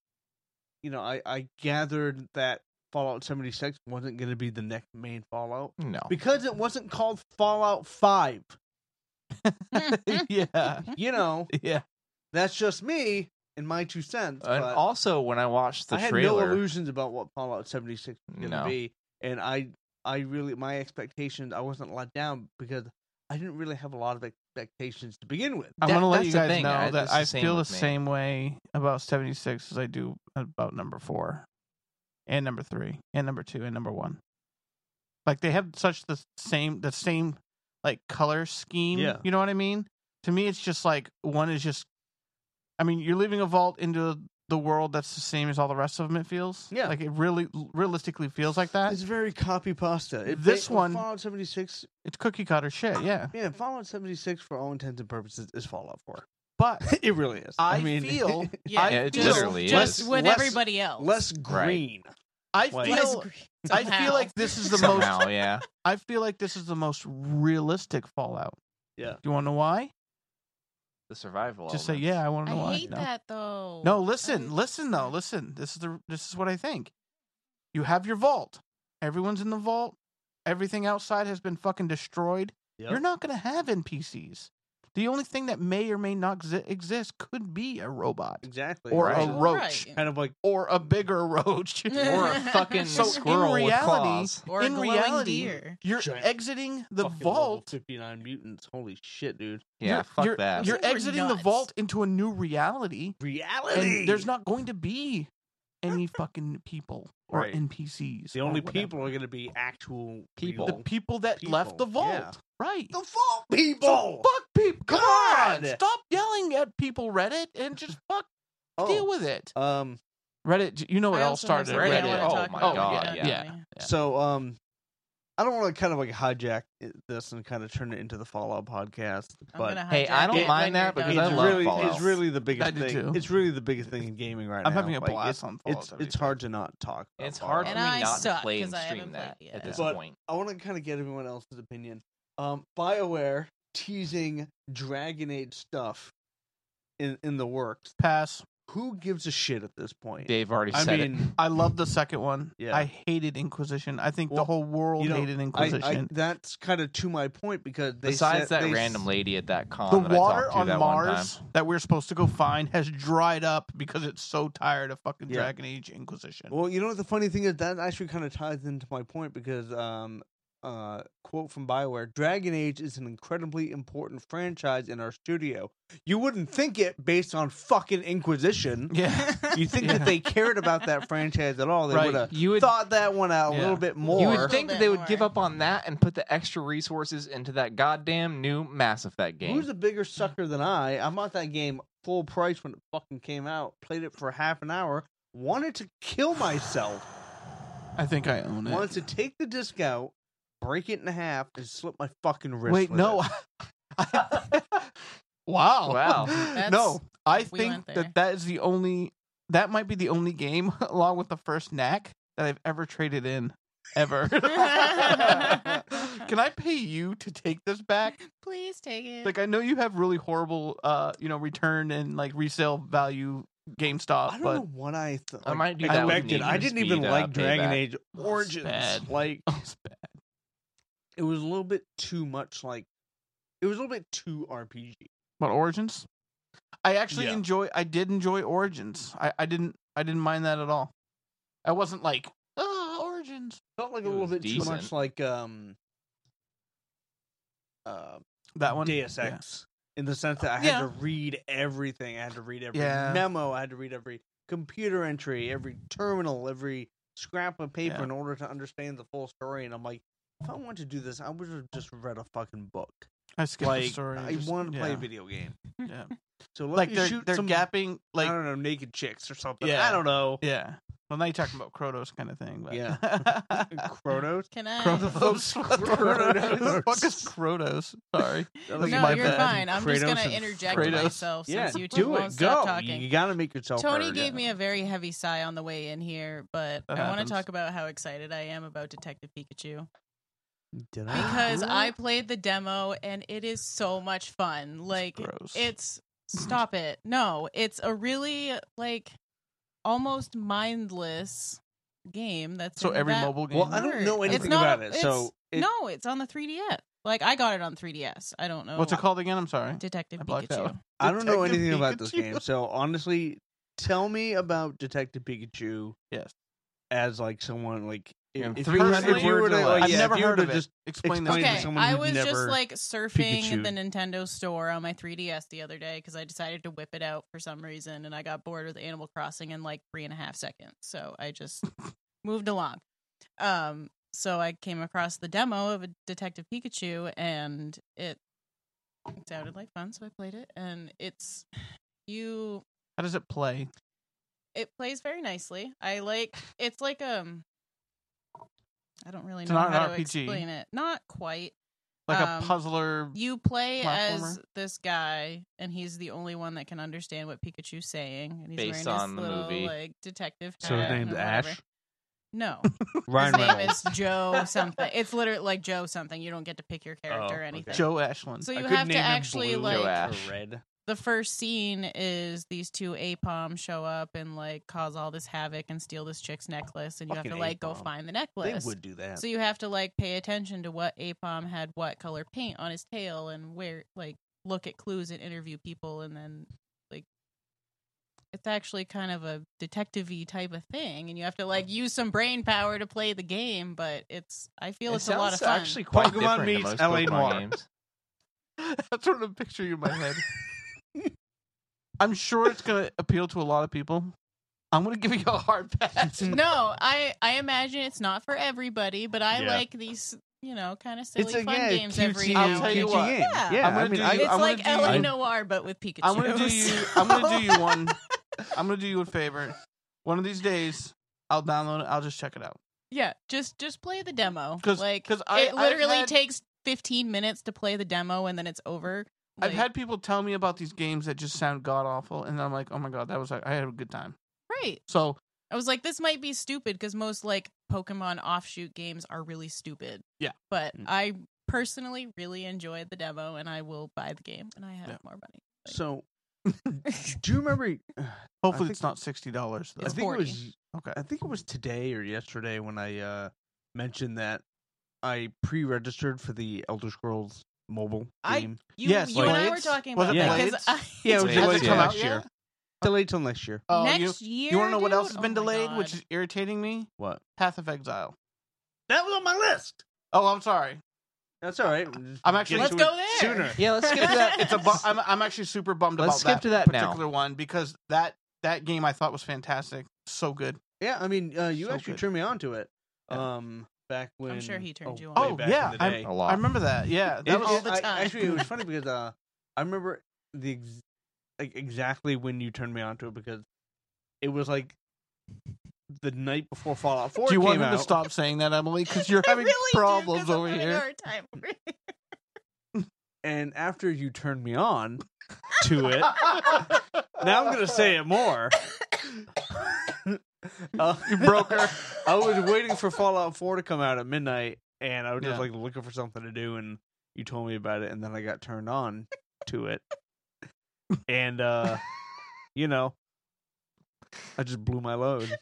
C: you know i i gathered that fallout 76 wasn't going to be the next main fallout [LAUGHS]
A: No,
B: Oh.
C: because it wasn't called fallout 5
B: yeah.
C: you know
B: [LAUGHS] Yeah.
C: that's just me and my two cents
A: and
C: but
A: also when I watched the
C: i had no
A: trailer,
C: illusions about what fallout 76 going to
A: No.
C: be. And I, I really, my expectations, I wasn't let down because I didn't really have a lot of expectations to begin with.
B: I'm
A: That-
B: going to let
A: that's
B: you
A: the
B: guys
A: thing,
B: know
A: I-
B: that
A: it's the
B: I
A: same
B: feel the
A: with me.
B: same way about 76 as I do about number 4 and number 3 and number 2 and number 1. Like they have such the same the same like color scheme,
C: Yeah.
B: you know what I mean? To me it's just like one is just I mean, you're leaving a vault into the world that's the same as all the rest of them it feels.
C: Yeah.
B: Like it really realistically feels like that.
C: It's very copy pasta. It,
B: This
C: ba-
B: one-
C: Fallout 76,
B: It's cookie cutter shit, yeah.
C: yeah, Fallout 76 for all intents and purposes is Fallout 4.
B: But
C: [LAUGHS] it really is.
B: I feel-
C: [LAUGHS]
D: Yeah,
B: I
A: it
B: feel-
A: literally
D: just
A: is.
D: with
C: less-
D: everybody else.
C: less
A: Right.
C: green.
B: I
C: Like-
D: Less
B: feel
D: gre-
B: I
D: somehow.
B: feel like
A: [LAUGHS]
B: this is the most
A: somehow, yeah,
B: I feel like this is the most realistic Fallout.
C: Yeah.
B: Do you want to know why?
A: the survival.
B: Just say
A: elements.
B: yeah. I want to know
D: I
B: why.
D: hate
B: no.
D: that though.
B: no, listen,
D: I-
B: listen though, listen. This is the this is what I think. You have your vault. Everyone's in the vault. Everything outside has been fucking destroyed. You're not gonna have NPCs. The only thing that may or may not exi- exist could be a robot
C: Exactly.
B: or
A: Right.
B: a
D: Well,
B: roach
D: right.
C: kind of like,
B: or a bigger [LAUGHS] roach.
A: or
B: [LAUGHS]
D: [LAUGHS]
A: a fucking
D: So in
A: squirrel with
B: reality-
A: claws.
D: or
B: in
D: a glowing
B: reality,
D: deer.
B: You're
C: Giant
B: exiting the
C: fucking level
B: vault.
C: 59 mutants. Holy shit, dude.
A: Yeah,
B: You're-
A: fuck
B: you're,
A: that.
B: You're
D: We're
B: exiting the
D: nuts.
B: vault into a new reality.
C: Reality.
B: and there's not going to be any
C: [LAUGHS]
B: fucking people or
C: Right.
B: NPCs.
C: The
B: or
C: only
B: Oh, whatever.
C: people are going to be actual
A: People.
B: the
C: real-
B: people that left the
C: People,
B: vault,
C: yeah.
B: right?
C: The fault
B: So
C: people.
B: fuck people. Come on,
C: God!
B: stop yelling at people, Reddit, and just fuck deal with it.
C: Oh, Um.
B: Reddit, you know it
D: I
B: all
D: also
B: started.
D: have something I
A: Reddit.
D: wanna
A: Oh
D: talk
A: my
D: about.
A: God,
D: Yeah,
A: yeah.
D: yeah.
B: Yeah.
C: So um, I don't want to kind of like hijack i- this and kind of turn it into the Fallout podcast,
D: I'm
C: but
D: gonna
A: Hey,
D: hijack
A: I don't
D: it
A: mind
D: when you're
A: that because
D: done.
A: I
C: it's
A: love
C: really
A: Fallout.
C: it's really [LAUGHS] the biggest
B: I do
C: thing.
B: too.
C: It's really the biggest thing in gaming right
B: I'm
C: now.
B: having a
C: Like,
B: blast
C: it's-
B: on Fallout.
C: It's,
B: 76.
C: it's hard to not talk. about
A: It's hard for
C: Fallout.
A: me
D: And I
A: not to
D: suck
A: play and
D: 'cause I
A: stream
D: haven't
A: that
D: played
A: at
D: it yet.
A: this
C: But-
A: point.
C: I want to kind of get everyone else's opinion. Um, Bioware teasing Dragon Age stuff in in the works.
B: pass.
C: Who gives a shit at this point?
A: Dave already
C: I
A: said
C: mean,
B: I love the second one.
C: Yeah.
B: I hated Inquisition. I think the
C: Well,
B: whole world
C: you know,
B: hated
C: I,
B: Inquisition.
C: I, that's kind of to my point because
A: it.
C: they
A: Besides
C: said,
A: that
C: they
A: random lady at that con
B: the
A: that I
B: water
A: talked to
B: on
A: that one time.
B: Mars that we're supposed to go find has dried up because it's so tired of fucking
C: Yeah.
B: Dragon Age Inquisition.
C: Well, you know what the funny thing is that actually kind of ties into my point because um uh quote from Bioware, Dragon Age is an incredibly important franchise in our studio. You wouldn't think it based on
A: [LAUGHS]
C: fucking Inquisition.
B: yeah,
C: You think
B: Yeah.
C: that they cared about that franchise at all? [LAUGHS] They
B: Right.
C: would have
A: You would
C: thought that one out a
B: Yeah.
C: little bit more.
A: you
D: A
A: would
D: little
A: think that
D: bit
A: they would
D: more.
A: give up on that and put the extra resources into that goddamn new Mass Effect game.
C: Who's a bigger sucker than I? I bought that game full price when it fucking came out. Played it for half an hour. Wanted to kill myself.
B: I think I own it.
C: wanted to take the disc out, break it in half, and slip my fucking wrist.
B: Wait,
C: with
B: no. [LAUGHS]
C: it.
B: wow, [LAUGHS]
A: Wow.
B: no,
D: That's-
B: I
D: we
B: think
D: went there.
B: that that is the only. That might be the only game, [LAUGHS] along with the first knack, that I've ever traded in, ever.
C: [LAUGHS]
B: Can I pay you to take this
D: [LAUGHS]
B: back?
D: [LAUGHS] Please take it.
B: Like, I know you have really horrible, uh, you know, return and like resale value GameStop,
C: I don't
B: but
C: know what I th-
A: I might do
C: like,
A: that with
C: expected.
A: Need
C: I
A: for
C: didn't even
A: Speed, uh,
C: like Dragon
A: Payback.
C: Age Origins.
B: bad.
C: Like
B: [LAUGHS] Oh, it's bad.
C: it was a little bit too much. Like it was a little bit too RPG.
B: What Origins? I actually
C: Yeah.
B: enjoy. I did enjoy Origins. I, I didn't. I didn't mind that at all. I wasn't like oh, Legends.
C: Felt like
A: It
C: a little
A: was
C: bit too
A: decent.
C: much like um uh
B: That one.
C: Deus
B: Yeah.
C: Ex in the sense that I had
B: Yeah.
C: to read everything. I had to read every
B: Yeah.
C: memo. I had to read every computer entry, every terminal, every scrap of paper
B: Yeah.
C: in order to understand the full story. And I'm like, if I want to do this, I would have just read a fucking book.
B: I skipped
C: like
B: the story.
C: I
B: just-
C: want to play
B: yeah,
C: a video game.
B: [LAUGHS] Yeah.
C: So let
B: like
C: me
B: they're
C: shoot
B: they're
C: some
B: gapping
C: I
B: like
C: don't know naked chicks or something.
B: Yeah.
C: I
B: [LAUGHS]
C: don't know.
B: yeah. Well, now you're talking about Kronos kind of thing. But. [LAUGHS]
C: Yeah. Chronos.
D: Can
C: [LAUGHS]
D: I?
B: Kronos. What the
C: Kronos.
B: Who the fuck is Kronos?
C: [LAUGHS]
B: Sorry.
C: That
D: No,
C: was my
D: you're
C: bad.
D: fine. I'm just
C: Kratos
D: gonna
C: and
D: interject
B: Kratos.
D: myself
C: Yeah,
D: since you two
C: do
D: won't
C: it. Go.
D: stop talking.
C: You got to make yourself.
D: Tony
C: heard.
D: gave me a very heavy sigh on the way in here, but
B: That
D: I want
B: happens.
D: to talk about how excited I am about Detective Pikachu
C: Did I?
B: [GASPS]
D: because
C: do
D: I
C: it?
D: played the demo and it is so much fun. Like
B: gross. [CLEARS THROAT]
D: it's stop it. No, it's a really like almost mindless game that's
B: so
D: in
B: every
D: that-
B: mobile game.
C: Well, I don't
D: Word.
C: know
D: It's
C: anything
D: not
C: about
D: a-
C: it,
D: it's-
C: so it-
D: no, it's on the 3DS. Like I got it on 3DS. I don't know
B: What's it called again? I'm sorry.
D: Detective
B: I blocked that
D: Pikachu.
B: one.
C: I don't know
B: Detective
C: anything about this
B: Pikachu.
C: [LAUGHS] game. So honestly, tell me about Detective Pikachu.
B: Yes.
C: As like someone like if,
A: Yeah,
C: if
A: three
C: you were-
A: hundred
C: if you were
A: words
C: to,
A: or
C: like,
A: less.
B: I've
C: yeah, if
B: never
C: you were
B: heard
C: to
B: of it.
C: [LAUGHS] just
B: Explain this.
C: explain
B: to
C: to
B: me.
D: Okay,
C: someone
D: I
C: who'd
D: was just
C: never
D: like surfing
C: Pikachu.
D: the Nintendo store on my 3DS the other day because I decided to whip it out for some reason, and I got bored with Animal Crossing in like three and a half seconds. So I just moved along. Um, so I came across the demo of a Detective Pikachu, and it sounded like fun, so I played it. And it's you
B: How does it play?
D: it plays very nicely. I like it's like um I don't really
B: It's
D: know
B: not an
D: how to
B: RPG.
D: explain it. Not quite.
B: Like
D: Um,
B: a puzzler.
D: You play as
B: Platformer.
D: this guy and he's the only one that can understand what Pikachu's saying and he's
A: Based
D: wearing
A: on
D: this
A: the
D: little
A: movie.
D: like detective hat.
C: So his
D: and
C: name's
D: whatever.
C: Ash?
D: No.
C: Ryan
D: His name
C: Reynolds.
D: is Joe something. It's literally like Joe something. You don't get to pick your character or
C: okay.
D: anything.
B: Joe Ashland.
D: So
C: I
D: you
C: could
D: have to
C: name him
D: actually
C: Blue
D: like
A: Joe Ash.
C: or Red.
D: the first scene is these two apom show up and like cause all this havoc and steal this chick's necklace and you have
C: Fucking
D: to like go
C: APOM.
D: find the
C: They
D: necklace
C: would do that.
D: so you have to like pay attention to what apom had what color paint on his tail and where like look at clues and interview people and then like it's actually kind of a detective-y type of thing and you have to
B: Mm.
D: like use some brain power to play the game but it's i feel
A: It
D: it's a lot of
A: sounds
D: fun
A: Actually, quite
C: Pokemon
A: different
C: meets
A: than most
C: LA
A: Pokemon
C: Noire.
A: games.
B: [LAUGHS] That's what I'm picturing in my head. I'm sure it's gonna appeal to a lot of people. I'm gonna give you a
D: [LAUGHS]
B: hard pass.
D: [LAUGHS] no, I I imagine it's not for everybody, but I
C: Yeah.
D: like these, you know, kind of silly
C: It's a
D: fun
C: yeah,
D: games
C: cutesy,
D: every now
B: I'll
D: and
B: tell you
D: then.
C: cutesy
B: what.
C: game.
D: Yeah.
C: yeah.
B: I'm gonna
C: I mean,
B: do
C: I,
B: you-
D: It's
B: I'm gonna
D: like
B: do
D: LA
B: you-
D: Noir, but with Pikachu.
B: I'm gonna do you. I'm gonna do
D: [LAUGHS]
B: you one. I'm gonna do you a favor. One of these days, I'll download it. I'll just check it out.
D: yeah, just just play the demo.
B: 'Cause-
D: like
B: 'cause I-
D: it
B: I've
D: literally
B: had-
D: takes 15 minutes to play the demo and then it's over.
B: I've
D: Like,
B: had people tell me about these games that just sound god awful, and I'm like, oh my god, that was I had a good time.
D: right.
B: So
D: I was like, this might be stupid because most like Pokemon offshoot games are really stupid.
B: Yeah.
D: but
C: Mm.
D: I personally really enjoyed the demo and I will buy the game and I have
B: Yeah.
D: more money.
B: [LAUGHS]
C: so do you remember?
B: hopefully, it's
C: think-
B: not sixty dollars though.
C: I
D: It's
C: think it
D: 40.
C: was
B: okay.
C: I think it was today or yesterday when I uh, mentioned that I pre-registered for the Elder Scrolls mobile
D: I-
C: game.
D: You,
B: Yes,
D: you and I were
B: Blades?
D: talking
B: Was
D: about
C: it
D: that
B: Blades?
D: because I
C: yeah, it [LAUGHS] was
A: Wait, has
C: delayed
A: it
C: till
A: come
C: next
B: out
C: year.
B: yet?
C: Delayed till next year.
B: Oh, you
D: next year.
B: you want to know what else
D: dude?
B: has been
D: Oh my
B: delayed,
D: God.
B: which is irritating me?
C: What?
B: Path of Exile.
C: That was on my list.
B: Oh, I'm sorry.
C: That's all right.
B: I'm actually-
D: Let's
C: Get to
D: go
C: it
D: there.
C: sooner.
A: Yeah, let's
B: [LAUGHS]
A: skip to that.
B: It's a bu- I'm I'm actually super bummed
A: Let's
B: about
A: skip
B: that
A: to that now.
B: particular one because that that game I thought was fantastic, so good.
C: Yeah, I mean, uh, you
B: So
C: actually
B: good.
C: turned me on to it.
B: Yeah.
C: Um, back when
D: I'm sure he turned you
B: on.
C: way
B: Oh,
C: back
B: yeah,
C: in the day.
A: A lot.
B: I remember that. Yeah, that
C: It-
B: was
D: all
C: it-
D: the
C: I-
D: time.
C: actually, it was funny because uh, I remember the ex- like exactly when you turned me onto it because it was like the night before Fallout Four
B: Do you
C: came
B: want him
C: out.
B: to stop saying that, Emily? Because [LAUGHS] you're
D: [LAUGHS] I
B: having
D: really do, 'cause
B: problems
D: I'm
B: over
D: having a
B: here.
D: hard time [LAUGHS] over here.
C: And after you turned me on to it, [LAUGHS] now I'm
B: [LAUGHS]
C: gonna say it more. [LAUGHS] Uh,
B: You broke [LAUGHS] her.
C: I was waiting for Fallout Four to come out at midnight, and I was just
B: Yeah.
C: like looking for something to do, and you told me about it, and then I got turned on to it, and uh, [LAUGHS] you know, I just blew my load.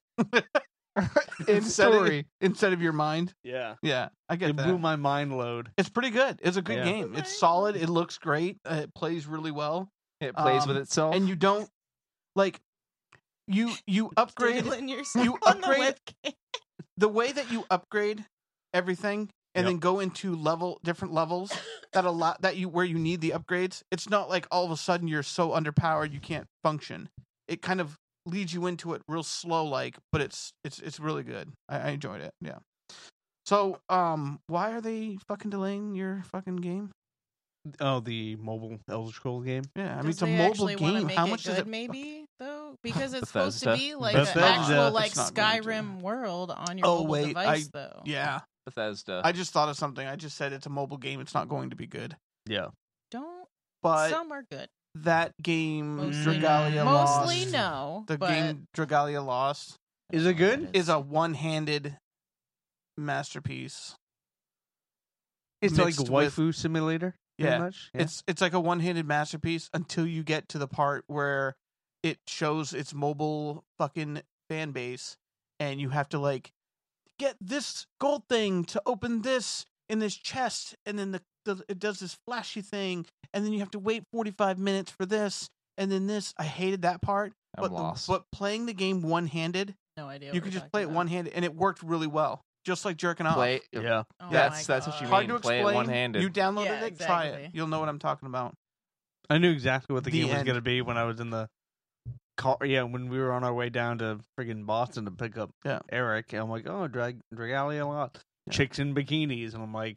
B: instead of,
A: Story.
B: instead of your mind.
C: Yeah,
B: Yeah, I get
C: it
B: that.
C: blew my mind load.
B: It's pretty good. It's a good
C: Yeah.
B: game. It's solid. It looks great. Uh, it plays really well,
A: It plays with
B: Um,
A: itself.
B: and you don't like you you upgrade
D: Doodling yourself
B: you
D: [LAUGHS] on the
B: upgrade
D: webcam.
B: the way that you upgrade everything
E: Yep.
B: and then go into level different levels that a lot that you where you need the upgrades it's not like all of a sudden you're so underpowered you can't function it kind of leads you into it real slow like but it's it's it's really good i, I enjoyed it yeah so um why are they fucking delaying your fucking game
C: Oh, the mobile Elder Scroll game.
B: yeah i mean
D: Does
B: it's a
D: they
B: mobile
D: actually wanna
B: game
D: Make
B: how
D: it
B: much
D: good,
B: does it
D: maybe though? Because it's supposed to
A: Bethesda?
D: be like
C: Bethesda.
D: an actual
C: It's
D: like
B: not going to.
D: Skyrim world on your
B: Oh,
D: mobile
B: wait,
D: device though.
B: yeah
A: Bethesda.
B: i just thought of something i just said it's a mobile game it's not going to be good
C: Yeah.
D: Don't
B: but
D: some are good.
B: that game
D: Mostly
B: Dragalia
D: no.
B: lost.
D: Mostly no.
B: The
D: but
B: game Dragalia lost
C: Is it good?
B: is a one-handed masterpiece.
C: It's like a
B: Mixed with-
C: waifu simulator. pretty
B: Yeah.
C: much.
B: It's it's like a one-handed masterpiece until you get to the part where it shows its mobile fucking fan base and you have to like get this gold thing to open this in this chest and then the, the it does this flashy thing and then you have to wait 45 minutes for this and then this I hated that part
A: I'm
B: but the-
A: lost.
B: but playing the game one-handed
D: no idea.
B: you could just play it one handed, and it worked really well, just like jerking off.
A: play. uh,
C: yeah.
D: Oh
A: That's- that's what you
B: Hard
A: mean.
B: to
A: play
B: explain.
A: it one-handed.
B: You downloaded
D: Uh, Yeah,
B: it, try it.
D: exactly.
B: You'll know what I'm talking about.
C: I knew exactly what the,
B: The
C: game was
B: end.
C: gonna be when I was in the car. Yeah, when we were on our way down to friggin' Boston to pick up
B: Yeah.
C: Eric, and I'm like, oh, drag Dragalia a lot, chicks in biginis, and I'm like,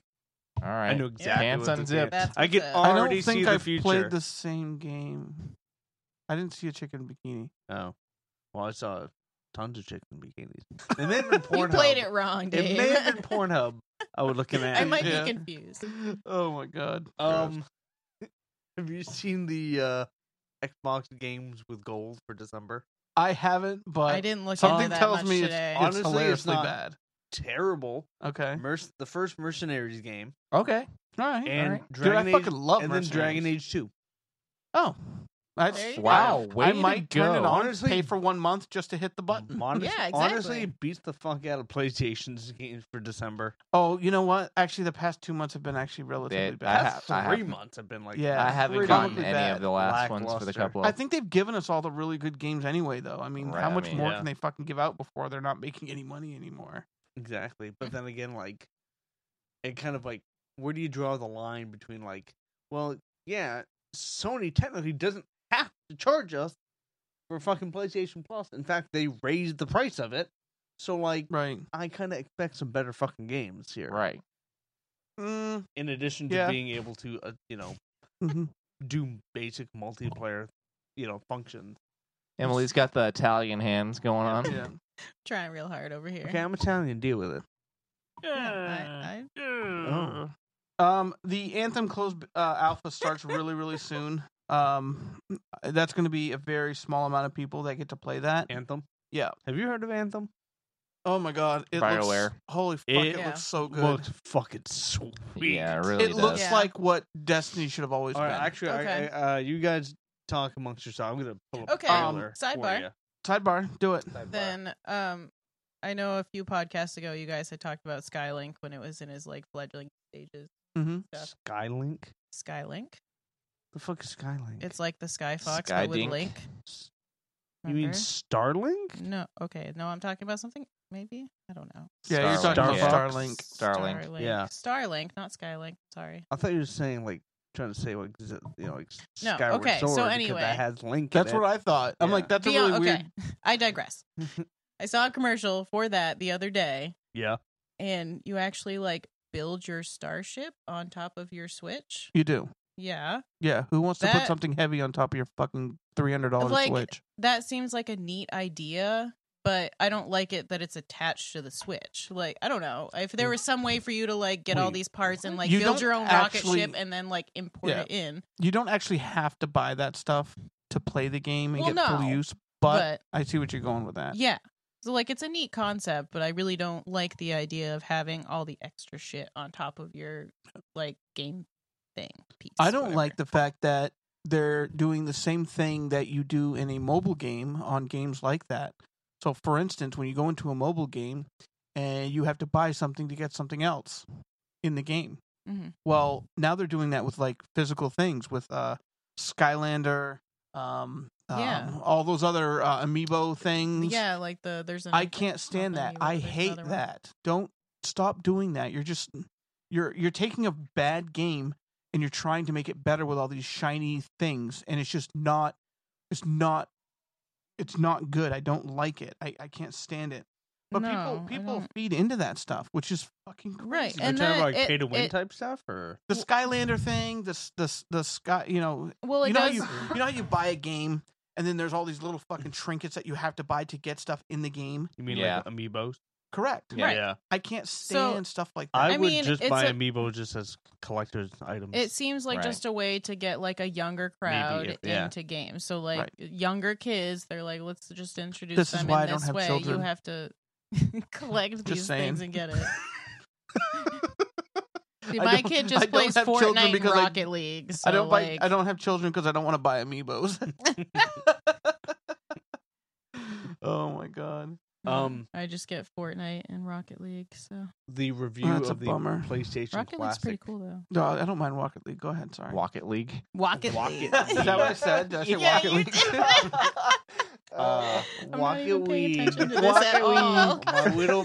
A: All right.
C: I knew exactly.
A: Pants
C: what this game-
A: unzipped.
D: That's
C: I
D: what's
C: get
D: up.
C: all-
B: I don't
C: Already see
B: think
C: the
B: I've
C: future.
B: played the same game. I didn't see a chicken bikini. [LAUGHS]
C: Oh, well, I saw tons of chicks in bikinis. It may have been
D: [LAUGHS] You
C: Pornhub.
D: played it wrong, Dave.
C: It may have been Pornhub. I was looking at.
D: [LAUGHS] I might
B: Yeah.
D: be confused.
B: Oh my god.
C: Um, have you seen the uh, Xbox games with gold for December?
B: I haven't, but
D: I didn't look
B: something
D: into that
B: tells
D: much
B: me it's,
D: today.
B: it's
C: Honestly, it's
B: hilariously
C: not.
B: bad.
C: Terrible.
D: Eh?
B: Okay.
C: Merc- the first Mercenaries game,
A: Okay.
B: All right.
C: and
A: alright.
C: Dragon
B: Dude, I
C: Age,
B: fucking love
C: and then Dragon
B: Mercenaries.
C: Age Two.
B: Oh. That's
D: There you go.
A: Wow. Way
B: I might
A: to go.
B: turn it on.
C: Honestly-
B: pay for one month just to hit the
A: Mm.
B: button.
C: Honest-
D: Yeah,
C: Honestly,
D: exactly.
C: it beats the fuck out of PlayStation's [LAUGHS] games for December.
B: Oh, you know what? Actually, the past two months have been actually
A: They- I
B: relatively bad.
A: have-
C: Past
A: I
C: three
A: haven't-
C: months have been like,
B: Yeah,
A: I haven't
B: Pretty
A: gotten
B: probably
A: any
B: bad.
A: of the last ones for the
C: Lackluster.
A: couple.
B: I think they've given us all the really good games anyway, though. I mean,
A: Right,
B: how
A: I
B: much
A: mean,
B: more
C: yeah.
B: can they fucking give out before they're not making any money anymore?
C: Exactly. But then again, like, it kind of like, where do you draw the line between, like, well, yeah, Sony technically doesn't have to charge us for fucking PlayStation Plus. In fact, they raised the price of it. So, like,
B: Right.
C: I kind of expect some better fucking games here.
A: right.
B: Mm,
C: In addition to
B: Yeah.
C: being able to, uh, you know,
B: mhm.
C: do basic multiplayer, you know, functions.
A: Emily's got the Italian hands going on.
B: yeah.
D: Trying real hard over here.
C: Okay, I'm Italian. Deal with it.
D: I, I,
C: Oh.
B: Um, the Anthem closed uh, alpha starts really, really soon. Um, that's going to be a very small amount of people that get to play that.
C: Anthem.
B: Yeah.
C: Have you heard of Anthem?
B: Oh my god, it looks
A: BioWare.
B: holy fuck,
C: It
B: it
D: Yeah.
B: looks so good.
C: Looks fucking sweet.
A: Yeah, it really
B: it looks
A: does.
D: Yeah.
B: like what Destiny should have always
C: All right,
B: been.
C: actually, I-
D: Okay.
C: I, uh, you guys talk amongst yourself. I'm gonna pull up
D: Okay, um,
C: a trailer
D: sidebar.
C: For you.
B: Sidebar, do it.
D: then um I know a few podcasts ago you guys had talked about Skylink when it was in his like fledgling stages.
B: Mm-hmm.
D: stuff.
C: Skylink.
D: Skylink.
C: The fuck is Skylink?
D: It's like the Sky Fox but with
A: Skydink?
D: Link.
C: S- you mean
D: Remember?
C: Starlink?
D: no, okay. No, I'm talking about something maybe? I don't know.
B: Yeah, you're
A: Starlink.
B: talking about
A: Yeah.
B: Starlink.
A: Starlink.
D: Starlink.
C: Yeah.
D: Starlink, not Skylink. Sorry.
C: I thought you were saying like trying to say like z- you know like
D: No,
C: Skyward
D: okay, so
C: Sword because
D: anyway.
C: that has Link.
B: That's
C: in it.
B: what I thought. I'm
C: Yeah.
B: like, that's a
D: Beyond-
B: really
D: okay.
B: weird.
D: I
C: [LAUGHS]
D: digress. I saw a commercial for that the other day
C: Yeah.
D: and you actually like build your starship on top of your Switch.
B: You do.
D: Yeah.
B: Yeah, who wants to put
D: That-
B: something heavy on top of your fucking three hundred dollar
D: Like-
B: Switch?
D: that seems like a neat idea but i don't like it that it's attached to the switch like i don't know if there was some way for you to like get all
C: Wait,
D: these parts and like
B: You
D: build
B: don't
D: your own
B: actually-
D: rocket ship and then like import
B: Yeah.
D: it in
B: You don't actually have to buy that stuff to play the game and
D: Well,
B: get full
D: no,
B: use, but,
D: but,
B: I see what you're going with that.
D: yeah so like it's a neat concept but i really don't like the idea of having all the extra shit on top of your like game thing piece
B: I don't like
D: the
B: the fact that they're doing the same thing that you do in a mobile game on games like that. So, for instance, when you go into a mobile game and you have to buy something to get something else in the game,
D: Mhm.
B: well, now they're doing that with like physical things with uh, Skylander, um,
D: Yeah.
B: um, all those other uh, amiibo things.
D: Yeah, like the there's an
B: I can't stand that.
D: Amiibo,
B: I
D: there's
B: hate
D: another one.
B: that. Don't stop doing that. You're just you're you're taking a bad game and you're trying to make it better with all these shiny things and it's just not it's not it's not good. I don't like it. I, I can't stand it. But
D: No,
B: people
D: I
B: people
D: don't.
B: feed into that stuff, which is fucking crazy.
D: Right,
C: Are you
D: and
C: talking about
D: that-
C: like
D: it-
C: pay to win
D: it-
C: type stuff, or
B: the Skylander thing, the s- the s- the sky, you know,
D: Well, it
B: you know, how
D: does.
B: you,
D: [LAUGHS]
B: you know how you buy a game, and then there's all these little fucking trinkets that you have to buy to get stuff in the game.
C: you mean
A: Yeah.
C: like amiibos?
B: Correct.
A: Yeah. Right.
B: I can't
D: So-
B: stand stuff like that.
C: I,
D: I
C: would
D: mean,
C: just
D: it's
C: buy
D: a-
C: amiibo just as collector's items.
D: It seems like
A: Right.
D: just a way to get like a younger crowd
C: if- yeah.
D: into games. So like
B: Right.
D: younger kids, they're like, let's just introduce
B: This is
D: them
B: why I
D: in
B: don't
D: this
B: have
D: way.
B: children.
D: You have to [LAUGHS] collect these
B: saying.
D: things and get it. See,
B: [LAUGHS] I
D: my
B: don't- [LAUGHS]
D: kid
B: I
D: just
B: don't
D: plays
B: have children
D: Fortnite and
B: because I-
D: Rocket League. So
B: I don't buy.
D: like,
B: I don't have children because I don't want to buy amiibos. [LAUGHS] oh my god!
D: no,
C: um,
D: I just get Fortnite and Rocket League. So
C: the review
D: Oh,
B: That's a
C: of the
B: bummer.
C: PlayStation
D: Rocket League's
C: Classic.
D: pretty cool though.
B: No, I don't mind Rocket League. Go ahead. Sorry.
A: Rocket League.
D: Rocket,
C: Rocket
D: League.
B: [LAUGHS] Is that what I said? Did I say
D: Yeah,
B: Rocket
D: you
B: League? [LAUGHS]
D: did.
C: Uh,
D: I'm not
C: Rocket
D: even paying
C: League.
D: attention to this
B: Rocket
D: at all.
C: my
D: [LAUGHS]
C: little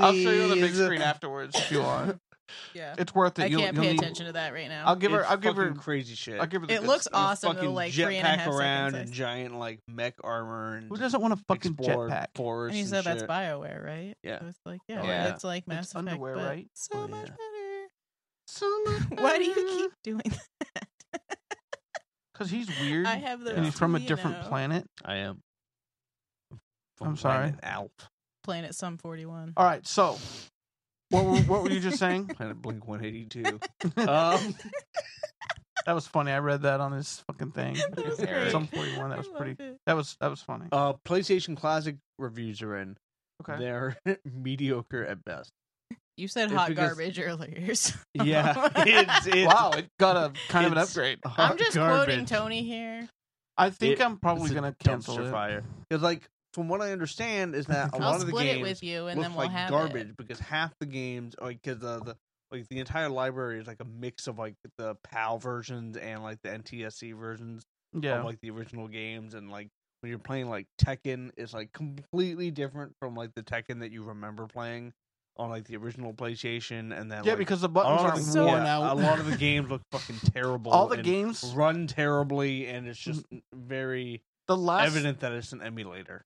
B: [LAUGHS] I'll show you on the big
C: is a-
B: screen afterwards if you want.
D: [LAUGHS] Yeah,
B: It's worth it.
D: I
B: You'll-
D: can't
B: you'll
D: pay
B: need-
D: attention to that right now.
B: I'll give her.
C: It's
B: I'll give her.
C: fucking crazy shit.
B: I'll give her. The
D: It
B: good
D: looks
B: stuff.
C: You
D: awesome, though,
C: Fucking
D: like, three and a
C: jetpack
D: half seconds,
C: around
D: I
C: and
D: see.
C: giant like mech armor and
B: Who doesn't want a fucking
C: explore
B: jetpack?
C: forests
D: And you
C: and
D: said that's
C: shit.
D: Bioware, right?
C: Yeah.
D: So it's like, yeah,
A: yeah.
D: it's like Mass Effect,
B: Oh, underwear,
D: but
B: right?
D: So
C: Oh,
D: much
C: yeah.
D: better.
B: So much
D: Why do you
B: better. [LAUGHS]
D: [LAUGHS] keep doing that?
B: Because he's weird.
D: [LAUGHS] I have those.
B: and he's from a
D: two, you
B: different
D: know,
B: planet.
C: I am.
B: I'm sorry.
C: Planet Alp.
D: Planet Sum Forty One.
C: Oh,
B: All right. So, what were, what were you just saying? [LAUGHS]
C: Planet Blink
D: [LAUGHS]
C: 182. um,
B: That was funny. I read that on this fucking
D: [LAUGHS]
B: thing.
D: [LAUGHS] That was
A: Eric.
D: great.
B: Some 41. That
D: I
B: was
D: love
B: pretty.
D: it.
B: That was that was funny.
C: uh, PlayStation Classic reviews are in.
B: Okay.
C: They're [LAUGHS] mediocre at best.
D: You said
C: It's
D: hot
C: because-
D: garbage earlier. [LAUGHS] so-
C: Yeah. [LAUGHS] it's, it's
B: wow, it got a kind of an
C: It's-
B: upgrade.
D: I'm just quoting
C: garbage.
D: Tony here.
B: I think
C: it-
B: I'm probably
C: it's a
B: gonna cancel
C: dumpster
B: it.
C: fire. Because, like, from what I understand, is
D: [LAUGHS]
C: that a
B: I'll
C: lot
D: I'll
C: of the
D: split
C: games
D: it with you, and
C: look
D: then we'll
C: like
D: have
C: garbage
D: It.
C: because half the games, like, because uh, the like the entire library is like a mix of like the PAL versions and like the NTSC versions
B: Yeah.
C: of like the original games, and like when you're playing like Tekken, it's like completely different from like the Tekken that you remember playing on like the original PlayStation, and then
B: yeah,
C: like,
B: because the
C: a
B: buttons
C: lot
B: are
C: of the-
D: So-
B: worn
C: yeah,
B: out.
C: A lot of the games look
D: [LAUGHS]
C: fucking
B: [LAUGHS]
C: terrible.
B: all the
C: and
B: games.
C: run terribly, and it's just very
B: The last
C: evident that it's an emulator.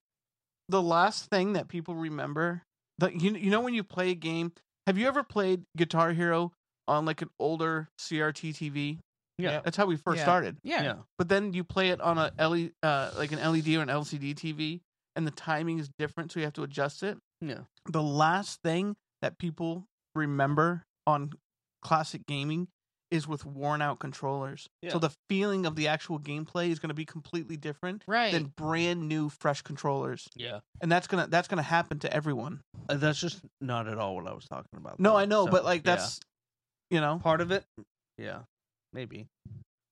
B: the last thing that people remember. That you you know when you play a game. Have you ever played Guitar Hero on like an older CRT TV?
C: Yeah.
B: That's how we first
D: Yeah.
B: started.
D: Yeah.
B: but then you play it on a LE, uh, like an LED or an LCD TV, and the timing is different, so you have to adjust it.
C: Yeah.
B: The last thing that people remember on classic gaming is with worn out controllers.
C: Yeah.
B: So the feeling of the actual gameplay is going to be completely different
D: Right.
B: than brand new, fresh controllers,
C: Yeah.
B: and that's gonna that's gonna happen to everyone.
C: Uh, That's just not at all what I was talking about.
B: No,
C: though,
B: I know,
C: so,
B: but like
C: yeah.
B: that's you know,
C: part of it. Yeah. Maybe.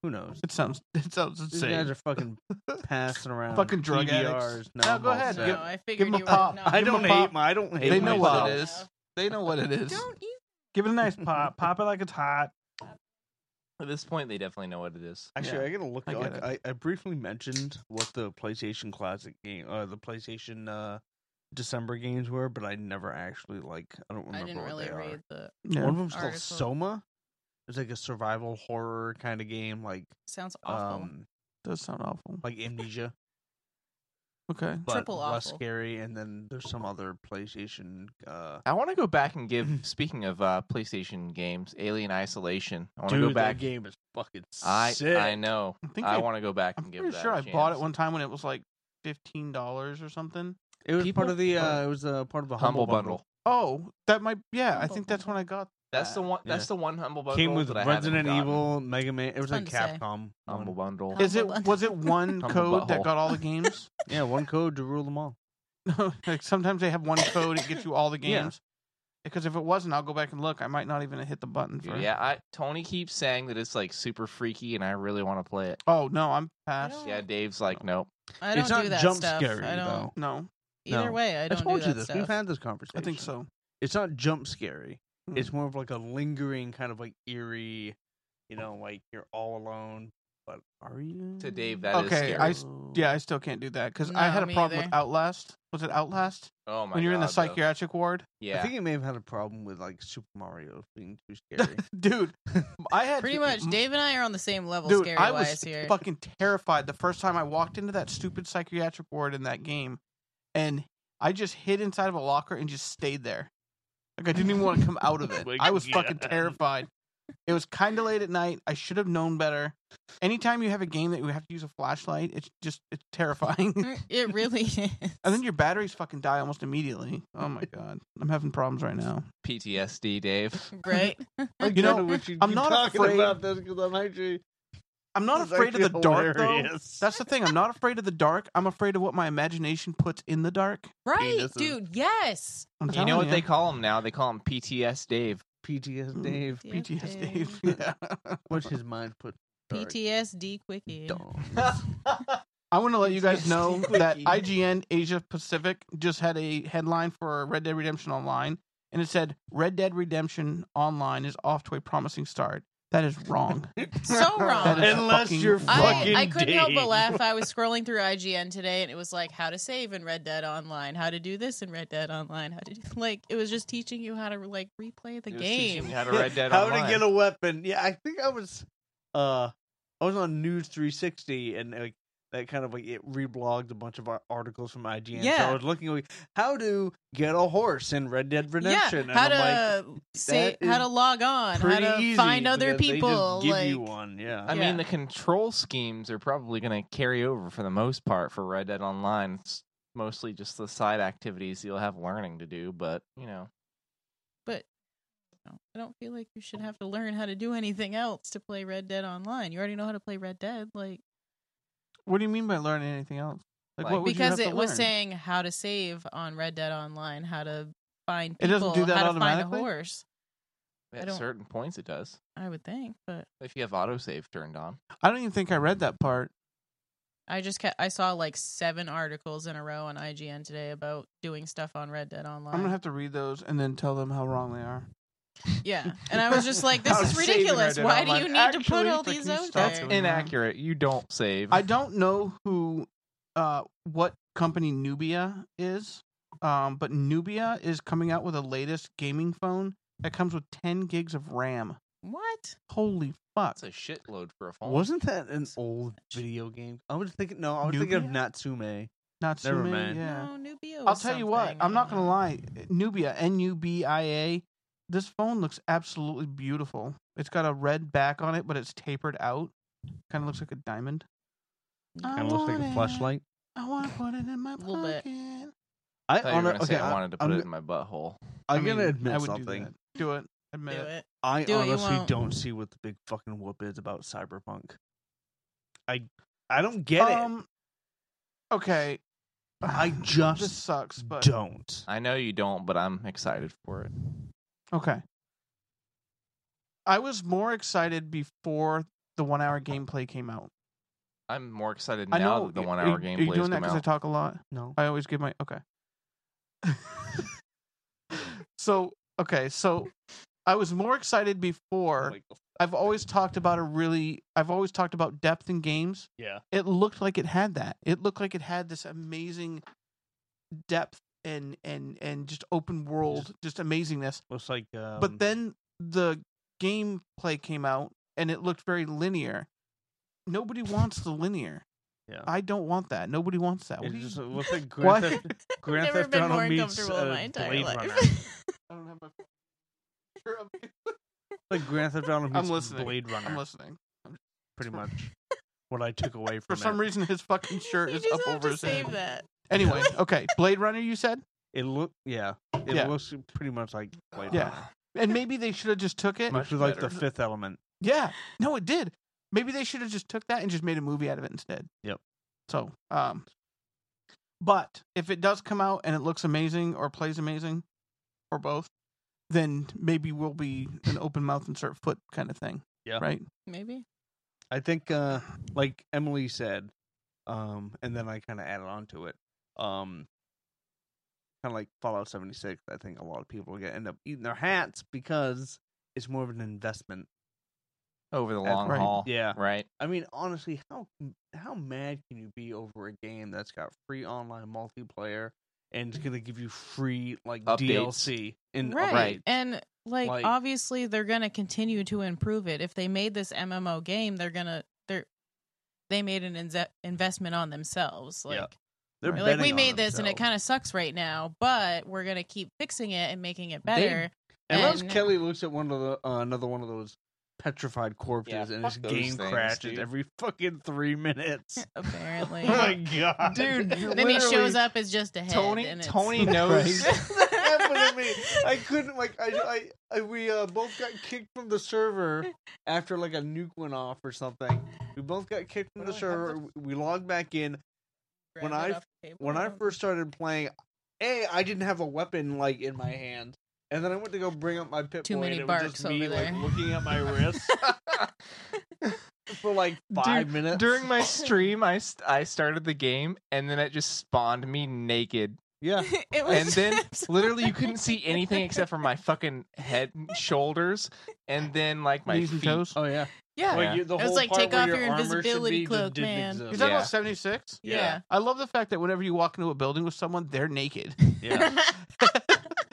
C: Who knows?
B: it sounds [LAUGHS] it sounds
C: These guys
B: insane.
C: are fucking [LAUGHS] passing around.
B: Fucking drug addicts.
C: PBRs. No,
B: Now
C: I'm
B: go
C: all
B: ahead,
D: no,
C: set.
B: give-
D: I figured
B: him a
D: you
B: pop.
D: would. No,
C: I
B: give 'em
C: don't
B: a
C: hate
B: pop.
C: my. I don't hate
B: They know
C: myself.
B: what it is. They know what it is.
D: Don't e-, you?
B: [LAUGHS] Give it a nice pop. pop it like it's hot.
A: At this point, they definitely know what it is.
C: Actually,
B: Yeah.
C: I gotta look.
B: I
C: I,
B: get
C: like,
B: it.
C: I, I briefly mentioned what the PlayStation Classic game, uh, the PlayStation uh, December games were, but I never actually like. I don't
D: I
C: remember
D: didn't
C: what
D: really
C: they are.
D: read the.
B: Yeah.
C: One of them's called
D: Article.
C: Soma. It's like a survival horror kind of game, like
D: Sounds awful.
C: um,
B: does sound awful.
C: like
D: [LAUGHS]
C: Amnesia,
B: Okay.
C: but
D: Triple
C: less
D: awful.
C: scary. And then there's some other PlayStation. Uh,
A: I want to go back and give.
C: [LAUGHS]
A: speaking of uh, PlayStation games, Alien Isolation. I want to
C: dude,
A: go back.
C: that game is fucking
A: I
C: sick.
A: I know.
B: I think
A: I,
B: I,
A: want to go back
B: I'm
A: and give.
B: pretty
A: that
B: sure
A: a
B: I bought it
A: chance.
B: one time when it was like fifteen dollars or something.
C: It was
A: People-
C: part of the. Uh, it was uh, part of the
A: Humble
C: humble,
A: Bundle.
B: Oh, that might. Yeah, I
D: Humble
B: think that's when I got.
A: That's the
B: that.
A: one. That's
C: Yeah.
A: the one humble bundle.
C: Came with
A: that I haven't
C: Resident
A: gotten.
C: Evil, Mega Man. It was
D: fun
C: like
D: to say.
C: Capcom.
A: Humble
C: one.
A: bundle.
B: [LAUGHS] Is it
D: Humble bundle.
B: was it
A: [LAUGHS]
B: one
A: Humble
B: code that
A: butthole.
B: got all the
A: [LAUGHS]
B: games?
C: Yeah, one code to rule them all.
B: No, [LAUGHS] like sometimes they have one code it gets you all the games. Because if it wasn't, I'll go back and look. I might not even have hit the button for.
A: Dude,
B: it.
A: yeah, I, Tony keeps saying that it's like super freaky, and I really want to play it.
B: Oh no, I'm past.
D: don't-
A: Yeah, Dave's like, nope.
D: I don't
C: it's not
D: do that
C: jump
D: stuff.
C: scary
D: I don't.
C: though.
B: No,
D: Either
C: No.
D: way, I
C: I
D: don't
C: told
D: do
C: you
D: that
C: this.
D: stuff.
C: We've had this conversation.
B: I think so.
C: It's not jump scary.
B: Hmm.
C: It's more of like a lingering kind of like eerie, you know, like you're all alone, but are you
A: To Dave, that is
B: Okay,
A: scary.
B: I s- Yeah, I still can't do that because I
D: No,
B: had a
D: me
B: problem with
D: either.
B: Outlast. Was it Outlast?
A: oh my
B: when you're in the
A: God, though.
B: psychiatric ward, [LAUGHS]
A: Yeah.
C: I think he may have had a problem with like Super Mario being too scary.
B: dude. I had
D: [LAUGHS] Pretty much,
B: m-
D: Dave and I are on the same level,
B: Dude,
D: scary
B: I
D: wise
B: was
D: here. [LAUGHS]
B: fucking terrified the first time I walked into that stupid psychiatric ward in that game, and I just hid inside of a locker and just stayed there. Like I didn't even want to come out
D: [LAUGHS]
B: of it.
E: Like,
B: I was fucking
E: yeah.
B: terrified. It was kind of late at night. I should have known better. Anytime you have a game that you have to use a flashlight, it's just it's terrifying.
D: Mm, it really [LAUGHS]
B: [LAUGHS]
D: is.
B: and then your batteries fucking die almost immediately. Oh my god, I'm having problems right now.
A: PTSD, Dave.
B: [LAUGHS]
D: right?
C: I
B: [LAUGHS] You know,
C: kinda wish you'd
B: I'm
C: keep
B: not
C: talking
B: afraid-
C: about this because I'm actually
B: I'm not
C: this is
B: afraid of the
C: actually
B: dark though.
E: hilarious.
B: That's the thing. I'm not afraid of the dark. I'm afraid of what my imagination puts in the dark.
D: Right,
C: Penises.
D: dude. Yes.
B: I'm
A: You
B: telling
A: know what they call him now? They call him PTS Dave.
C: PTS
B: Mm.
C: Dave.
D: Yeah,
B: PTS Dave.
D: Dave.
B: [LAUGHS] Yeah.
C: What's his mind put? dark?
D: PTSD
C: [LAUGHS]
D: quickie.
C: Dumb.
B: I want to let you guys know
C: PTSD.
B: that IGN Asia Pacific just had a headline for Red Dead Redemption Online, and it said Red Dead Redemption Online is off to a promising start. [LAUGHS] That is wrong.
D: So wrong.
B: That is
E: Unless
B: fucking
E: you're
B: wrong.
C: [LAUGHS]
D: I,
E: Fucking
D: I couldn't help
E: Dave.
D: but laugh. I was scrolling through IGN today and it was like how to save in Red Dead Online, how to do this in Red Dead Online, how to do, [LAUGHS] like it was just teaching you how to like replay the
A: It was teaching
D: game.
A: you How
C: [LAUGHS]
A: to Red Dead
C: How
A: Online.
D: [LAUGHS]
C: to get a weapon. Yeah, I think I was uh I was on News 360 and like that kind of like it reblogged a bunch of our articles from IGN. So
D: Yeah.
C: I was looking like how to get a horse in Red Dead
D: Yeah,
C: Redemption. and
D: how
C: I'm like,
D: to say
C: that
D: how
C: is
D: to log on, how
C: pretty
D: to
C: easy
D: find other
C: because they just
D: people.
C: give
D: like
C: you one, yeah.
A: I
D: Yeah.
A: mean, the control schemes are probably going to carry over for the most part for Red Dead Online. It's mostly just the side activities you'll have learning to do, but you know,
D: but you know, I don't feel like you
B: Oh.
D: should have to learn how to do anything else to play Red Dead Online. You already know how to play Red Dead, like
B: [LAUGHS] What do you mean by learning anything else? Like,
A: Like-
B: what would you
D: because
B: have
D: it
B: to
D: was
B: learn?
D: saying how to save on Red Dead Online, how to find
B: It
D: people,
B: doesn't do that
D: how to find a
B: automatically?
D: horse. I
A: at
D: don't-
A: certain points it does.
D: I would think, but
A: If you have autosave turned on,
B: I don't even think I read that part.
D: I just kept, I saw like seven articles in a row on IGN today about doing stuff on Red Dead Online.
B: I'm gonna have to read those and then tell them how wrong they are. [LAUGHS]
D: yeah, and I was just like, this
B: How
D: is
B: to save in Red
D: ridiculous.
B: Dead
D: Why do
B: Online.
D: you need to put
B: Actually,
D: all
B: freaking
D: these out
B: stop
D: there?
B: doing that.
A: inaccurate. You don't save. [LAUGHS]
B: I don't know who, uh, what company Nubia is, um, but Nubia is coming out with the latest gaming phone that comes with 10 gigs of RAM.
D: What?
B: Holy fuck!
A: That's a shitload for a phone.
C: Wasn't that an old video game? I was thinking no, I was thinking of Natsume.
B: Not
C: Never mind.
B: Yeah.
D: No, Nubia.
B: I'll
D: was
B: tell you what.
D: something. I
B: I'm not
D: don't
B: gonna
D: know.
B: lie. Nubia, N U B I A. This phone looks absolutely beautiful. It's got a red back on it, but it's tapered out. Kind of looks like a diamond. I
C: Kinda looks like
B: want
C: a
B: it.
C: flashlight.
B: I want to put it in my
D: Little bit.
B: pocket.
A: I thought you were
C: honor-
A: going to say
C: okay,
A: I
C: I-
A: wanted to put
C: I'm
A: it
C: go-
A: in my butthole.
C: I'm gonna
B: mean,
C: admit
B: I would do
C: something.
B: that. Do, it. Admit
D: Do
B: it.
D: it.
C: I
D: Do it, you
C: honestly
D: won't.
C: don't see what the big fucking whoop is about Cyberpunk. I I don't get
D: Um,
C: it.
B: Um, Okay. [SIGHS]
C: I
B: this
C: just
B: sucks, but
C: don't.
A: I know you don't, but I'm excited for it.
B: okay. I was more excited before the one-hour gameplay came out.
A: I'm more excited
B: I
A: now
B: know
A: that the
B: are-
A: one hour
B: are- Are you
A: gameplay is
B: doing that
A: come
B: because I
A: out.
B: talk a lot?
C: No.
B: I always give my okay. [LAUGHS] so okay, so I was more excited before. I've always talked about a really. I've always talked about depth in games.
E: Yeah.
B: it looked like it had that. It looked like it had this amazing depth and and and just open world, just amazingness.
C: Looks like um,
B: but then the gameplay came out and it looked very linear. Nobody wants the linear.
C: Yeah.
B: I don't want that. Nobody wants that. What
C: it
B: do
C: just uh,
B: you-
C: looks
D: [LAUGHS]
C: like
B: Why-
C: Grand Theft, Grand
D: I've never
C: Theft
D: been
C: Auto
D: more
C: meets
D: uncomfortable in
C: uh,
D: my entire
C: Blade
D: life.
C: Runner.
D: [LAUGHS]
B: I don't have my [LAUGHS] picture of me.
C: like Grand
B: [LAUGHS]
C: Theft Auto meets
B: listening.
C: Blade Runner. [LAUGHS]
B: I'm listening.
C: pretty much what I took away
B: For
C: from
B: some
C: it.
B: reason, his fucking shirt
D: you
B: is
D: just
B: up
D: have
B: over
D: to
B: his
D: save
B: head.
D: that. [LAUGHS]
B: Anyway, okay. Blade Runner, you said,
C: It looked yeah. It
B: Yeah.
C: looks pretty much like Blade
B: Yeah.
C: Runner.
B: and maybe they should have just took it.
A: Much
C: Much like the
A: better.
C: Fifth Element.
B: Yeah. No, it did. Maybe they should have just took that and just made a movie out of it instead.
C: Yep.
B: So, um but if it does come out and it looks amazing or plays amazing or both, then maybe we'll be an open mouth insert foot kind of thing.
C: Yeah.
B: Right?
D: Maybe.
C: I think uh like Emily said, um, and then I kinda added on to it. Um kinda like Fallout seventy six, I think a lot of people are gonna end up eating their hats because it's more of an investment
A: over the
B: That's
A: long
B: right.
A: haul.
C: Yeah.
A: Right.
C: I mean, honestly, how how mad can you be over a game that's got free online multiplayer and it's gonna give you free like
A: Updates.
C: DLC and
D: right.
A: Right.
D: And like,
C: Like-
D: obviously they're gonna continue to improve it. If they made this MMO game, they're gonna they're they made an inze- investment on themselves. Like,
C: Yeah. They're
D: like,
C: betting
D: we
C: on
D: made this and it
C: themselves.
D: kind of sucks right now, but we're gonna keep fixing it and making it better.
C: Unless
D: and-
C: Kelly looks at one of the uh, another one of those petrified corpses
A: Yeah,
C: and
A: fuck
C: his
A: those
C: game
A: things,
C: crashes
A: dude.
C: every fucking three minutes.
D: [LAUGHS]
C: [LAUGHS]
D: apparently,
C: oh my
D: [LAUGHS]
C: god, [LAUGHS]
A: Dude,
D: then he
C: Literally.
D: shows up as just a head.
A: Tony
D: and it's-
C: [LAUGHS]
D: [LAUGHS]
A: Tony knows
C: That happened to me. I couldn't like I I, I we uh, both got kicked from the server after like a nuke went off or something. We both got kicked from
A: Why
C: the
A: do I have
C: server. We logged back in. When I- When
D: Mm.
C: I first started playing, a I didn't have a weapon like in my hand, and then I went to go bring up my pit
D: Too
C: boy,
D: many
C: and it was
D: barks
C: just me
D: over
C: like
D: there.
C: looking at my
D: [LAUGHS]
C: wrist for like five
A: Dude,
C: minutes
A: during my stream. I st- I started the game and then it just spawned me naked.
C: Yeah,
D: [LAUGHS] it was
A: And
D: [LAUGHS]
A: then
D: just-
A: literally you couldn't see anything except for my fucking head, and shoulders, and then like my
B: Knees and
A: feet.
B: toes.
C: oh yeah.
D: yeah.
A: Wait,
C: Like, you, the
D: It's
C: whole
D: like,
C: part
D: take
C: where
D: off your
C: armor should
D: invisibility
C: be just
D: cloak,
C: didn't
D: man.
B: You're
C: exist.
B: talking
A: Yeah.
B: about 76?
D: yeah.
B: I love the fact that whenever you walk into a building with someone, they're naked.
C: Yeah.
D: [LAUGHS]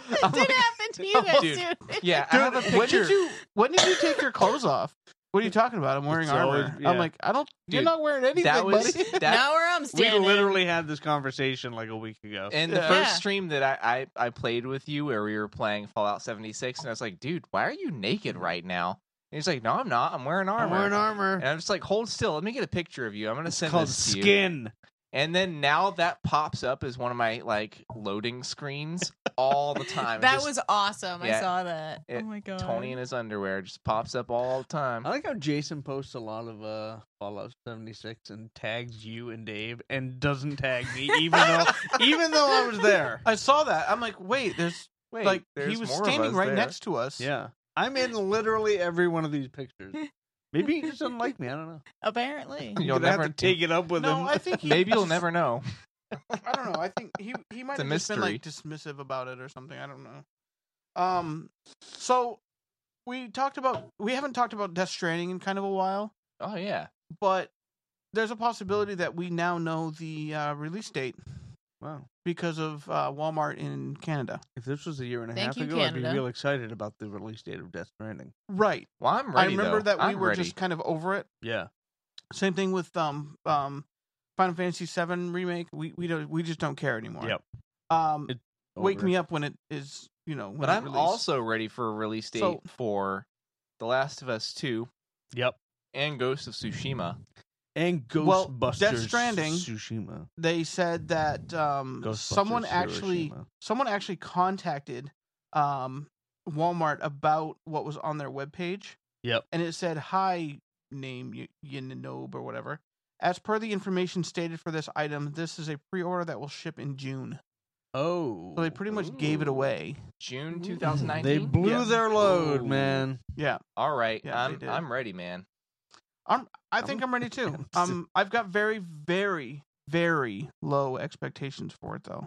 D: It
A: I'm
D: did
A: like-
D: happen to you guys,
A: Dude,
D: dude.
A: Yeah, I have a
B: Dude, when did
A: picture.
B: you when did you take your clothes off? What are you talking about? I'm wearing
C: It's
B: armor.
C: always- yeah.
B: I'm like, I don't. you're
A: Dude,
B: not wearing anything,
A: That was
B: buddy.
A: that
D: now where I'm
C: We
D: standing.
C: literally had this conversation like a week ago.
A: And the
B: Yeah.
A: first
D: Yeah.
A: stream that I, I I played with you, where we were playing Fallout 76, and I was like, "Dude, why are you
B: Mm-hmm.
A: naked right now?" And he's like, "No, I'm not. I'm wearing armor."
C: I'm wearing armor.
A: And I'm just like, "Hold still. Let me get a picture of you. I'm gonna
C: It's
A: send
C: called
A: this to you."
C: skin.
A: And then now that pops up as one of my like loading screens all
B: [LAUGHS]
A: the time. It
D: That
A: just-
D: was awesome. I
A: yeah,
D: saw that.
A: it-
D: oh my god.
A: Tony in his underwear just pops up all the time.
B: Uh,
C: I like how Jason posts a lot of uh, Fallout 76 and tags you and Dave and doesn't tag me even though even though I was there.
B: [LAUGHS] I saw that. I'm like, wait, there's
A: Wait,
B: like he
A: there's
B: was
A: more of
B: standing
A: us
B: right
A: there.
B: next to us.
C: Yeah. I'm in literally every one of these pictures. Maybe he just doesn't like me. I don't know.
B: [LAUGHS]
D: Apparently.
C: I'm
A: You'll
C: gonna have
A: never-
C: to take it up with
B: No,
C: him.
B: I think he
A: Maybe you'll
B: [LAUGHS] just-
A: never know.
B: I don't know. I think he he might
A: It's a
B: have just been like dismissive about it or something. I don't know. Um, so we talked about we haven't talked about Death Stranding in kind of a while,
A: Oh yeah,
B: but there's a possibility that we now know the uh, release date
C: wow.
B: because of uh, Walmart in Canada.
C: If this was a year and a
D: Thank
C: half
D: you,
C: ago, I'd
D: Canada.
C: be real excited about the release date of Death Stranding.
B: Right.
A: well I'm ready.
B: I remember
A: though.
B: that we
A: I'm
B: were
A: ready.
B: just kind of over it.
C: Yeah.
B: Same thing with um um Final Fantasy VII remake. We we don't we just don't care anymore.
C: Yep.
B: Um,
C: It's
B: wake
C: over.
B: me up when it is you know when
A: But
B: it
A: I'm
B: released.
A: also ready for a release date
B: So-
A: for The Last of Us 2
C: Yep.
A: and Ghost of Tsushima.
C: And Ghostbusters
B: Well, Death Stranding-
C: Tsushima.
B: they said that um,
C: Ghostbusters
B: someone actually
C: Hiroshima.
B: someone actually contacted um, Walmart about what was on their webpage.
C: Yep.
B: And it said, "Hi, name y- Yinobe or whatever." As per the information stated for this item, this is a pre-order that will ship in June.
C: Oh.
B: So they pretty much gave it
A: Ooh.
B: away.
A: June
D: Ooh.
C: They
A: 2019.
C: blew
B: Yeah.
C: their load,
A: Ooh.
C: man.
B: Yeah,
A: All right,
B: Yeah, they
A: I'm
B: did.
A: I'm ready, man.
C: Oh,
B: I think I'm
C: [LAUGHS]
B: ready too. Um, I've got very, very, very low expectations for it though,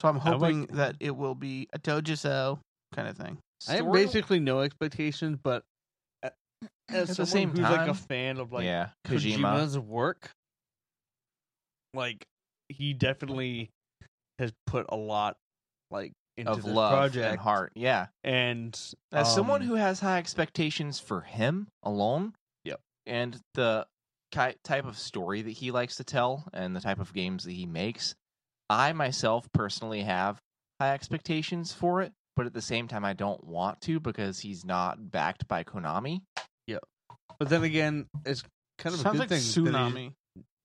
B: so I'm
C: I like-
B: hoping that it will be a told you so kind of thing.
C: I have
A: Story-
C: basically no expectations, but a- as
A: At the
C: someone
A: same
C: who's like
A: time-
C: a fan of like
A: yeah, Kojima.
C: Kojima's work, like he definitely has put a lot like into
A: of
C: this
A: love
C: project
A: and heart. Yeah,
C: And
A: as someone
C: um,
A: who has high expectations for him alone.
C: Yep.
A: And the ki- type of story that he likes to tell and the type of games that he makes, I myself personally have high expectations for it. But at the same time, I don't want to because he's not backed by Konami.
C: but then again, it's kind of
B: Sounds
C: a good
B: like
C: thing that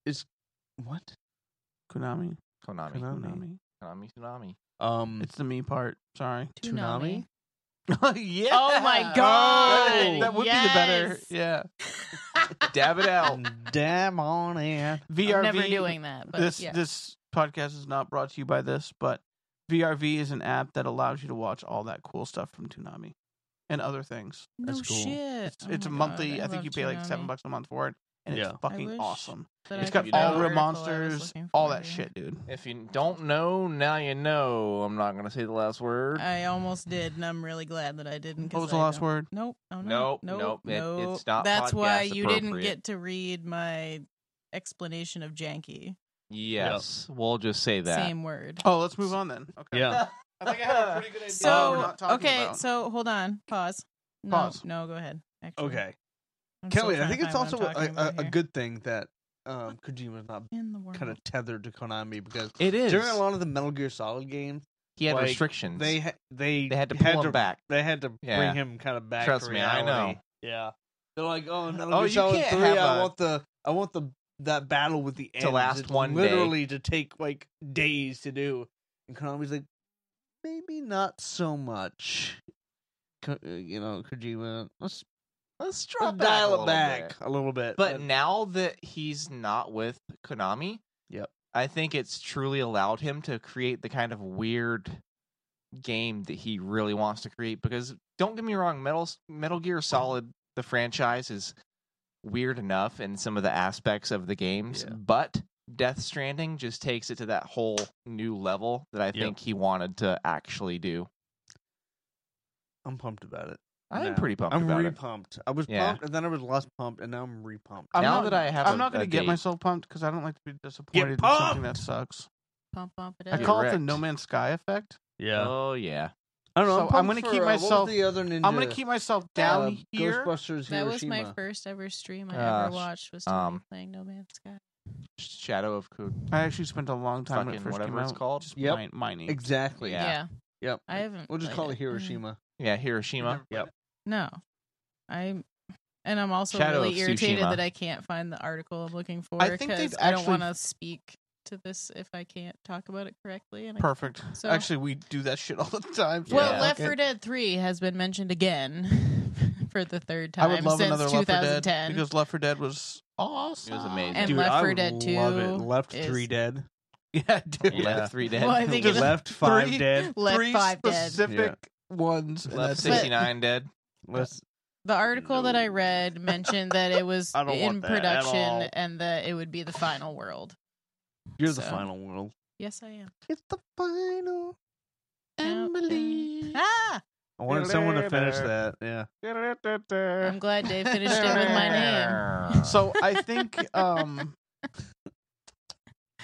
C: he's-
B: tsunami.
C: What?
B: Konami.
A: Konami.
C: Konami.
B: Konami.
A: Konami Tsunami.
C: Um,
B: It's the me part. Sorry.
C: Tsunami?
B: [LAUGHS] yeah.
D: [LAUGHS] Oh my god.
B: That, that would
D: Oh, Yes. [LAUGHS]
B: be the better. Yeah.
A: Dab it out.
C: damn on it.
B: VRV.
D: I'm never doing that, but
B: this
D: yeah.
B: this podcast is not brought to you by this, but VRV is an app that allows you to watch all that cool stuff from Toonami and other things.
D: no
C: That's cool.
D: shit. Oh
B: Oh It's, it's a monthly. I think you pay like seven bucks a month for it, and
C: Yeah.
B: it's fucking
D: wish
B: awesome.
D: That
B: It's
D: I
B: got
D: could
A: you
B: all
A: know.
D: find
B: real
D: the article I was
B: monsters,
D: looking
B: all
D: for,
B: that
D: yeah.
B: shit, dude.
A: If you don't know, now you know. I'm not gonna say the last word.
D: I almost did, and I'm really glad that I didn't. 'cause
B: What was the
D: I
B: last
D: don't-
B: word?
D: Nope. Oh, no,
A: Nope,
D: Nope.
A: nope, it-
D: nope.
A: it's not
D: That's why
A: podcast
D: you didn't
A: appropriate.
D: get to read my explanation of janky.
A: yes, we'll just say that.
D: Same word.
B: Oh, let's move on then. Okay.
C: Yeah.
B: I think I have a pretty good idea.
D: So
B: we're not talking
D: okay,
B: about.
D: so hold on, pause. No,
B: Pause.
D: no, go ahead. Actually,
C: Okay.
D: I'm still
C: Kelly, I
D: trying to
C: think it's
D: find what
C: also
D: I'm
C: a,
D: talking
C: a,
D: about
C: a
D: here.
C: good thing that um, Kojima's not
D: in the world.
C: kind of tethered to Konami because
A: It is.
C: during a lot of the Metal Gear Solid games,
A: he had
C: like,
A: restrictions.
C: they ha- they
A: they had to pull him back.
C: They had to
A: Yeah.
C: bring him kind of back.
A: Trust
C: to
A: me, I
C: reality.
A: know.
C: Yeah, they're like, oh, Metal
A: Oh,
C: Gear
A: you
C: Solid
A: can't
C: Three.
A: have
C: I
A: a-
C: want the I want the that battle with the
A: To
C: ends.
A: last
C: It's
A: one day.
C: literally to take like days to do. And Konami's like, maybe not so much. Ko- uh, you know, Kojima, let's,
A: Let's
C: let's
A: drop back a
C: dial
A: little
C: it back
A: bit. Uh,
C: a little bit.
A: But
C: And-
A: now that he's not with Konami,
C: Yep.
A: I think it's truly allowed him to create the kind of weird game that he really wants to create. Because don't get me wrong, Metal Metal Gear Solid, the franchise, is weird enough in some of the aspects of the games,
C: Yeah.
A: but Death Stranding just takes it to that whole new level that I think he wanted to actually do.
C: I'm pumped about it.
A: I'm
C: now.
A: pretty pumped
C: I'm
A: about it.
C: re-pumped. I was
A: Yeah.
C: pumped, and then I was less pumped, and now I'm re-pumped.
B: I'm
A: now
B: not-
A: that I have,
B: I'm
A: a-
B: not going
A: a
B: to get
A: date-
B: myself pumped because I don't like to be disappointed in
C: pumped!
B: something that sucks.
D: pump pump it
B: I
D: up.
A: You're
B: call it the
A: correct.
B: No Man's Sky effect.
C: yeah,
A: Oh yeah,
C: I don't know.
B: So
C: I'm,
B: I'm
C: pumped
B: gonna
C: for,
B: keep
C: uh, what was
B: myself-
C: the other ninja,
B: I'm going to keep myself down
C: uh,
B: here.
C: Ghostbusters
D: That was my
C: Hiroshima.
D: first ever stream I
A: Gosh,
D: ever watched. Was Tony
A: um,
D: playing No Man's Sky.
A: Shadow of Code.
B: I actually spent a long time when it
A: Fucking
B: first
A: whatever
B: came
A: it's
B: out
A: called.
B: just
C: Yep.
B: mine- mining.
C: Exactly.
A: Yeah.
D: Yeah.
C: Yep.
D: I haven't
C: We'll just
D: played
C: call
D: it. Mm.
C: it Hiroshima.
A: Yeah, Hiroshima.
D: No, I'm, and I'm also
A: Shadow of
D: really irritated
A: Tsushima.
D: that I can't find the article I'm looking for
C: I think they've
D: because I don't
C: actually-
D: want to speak to this if I can't talk about it correctly. And I
B: Perfect.
D: So-
B: Actually, we do that shit all the [LAUGHS] time. so
D: Well,
A: Yeah.
D: Left
B: fuck
D: 4
B: it.
D: Dead 3 has been mentioned again [LAUGHS] for the third
B: I
D: time
B: would love
D: since
B: another Left 4 Dead
D: 2010.
B: because Left 4 Dead was awesome.
A: amazing.
D: And
C: Dude,
D: Left
C: I
D: 4
C: would
D: Dead
C: love it.
D: 2
C: Left
D: is-
C: Three Dead. [LAUGHS]
B: yeah, dude.
C: Yeah.
A: [LAUGHS] Left three dead.
D: Well, I think
B: Just
D: it-
C: Left Five
B: three-
C: Dead.
D: [LAUGHS] Left
B: Three
D: 5 Dead.
B: specific ones. and
A: left
B: that's it.
A: sixty nine
D: [LAUGHS]
A: dead.
C: Let's-
D: The article that I read mentioned that it was
C: I don't want
D: in
C: that at all.
D: production and that it would be the final world.
C: You're the
D: So-
C: final world.
D: Yes, I am.
C: It's the final.
D: Emily. Ah!
C: I wanted someone to finish that. Yeah.
D: I'm glad Dave finished it
A: [LAUGHS]
D: with my name.
B: So I think um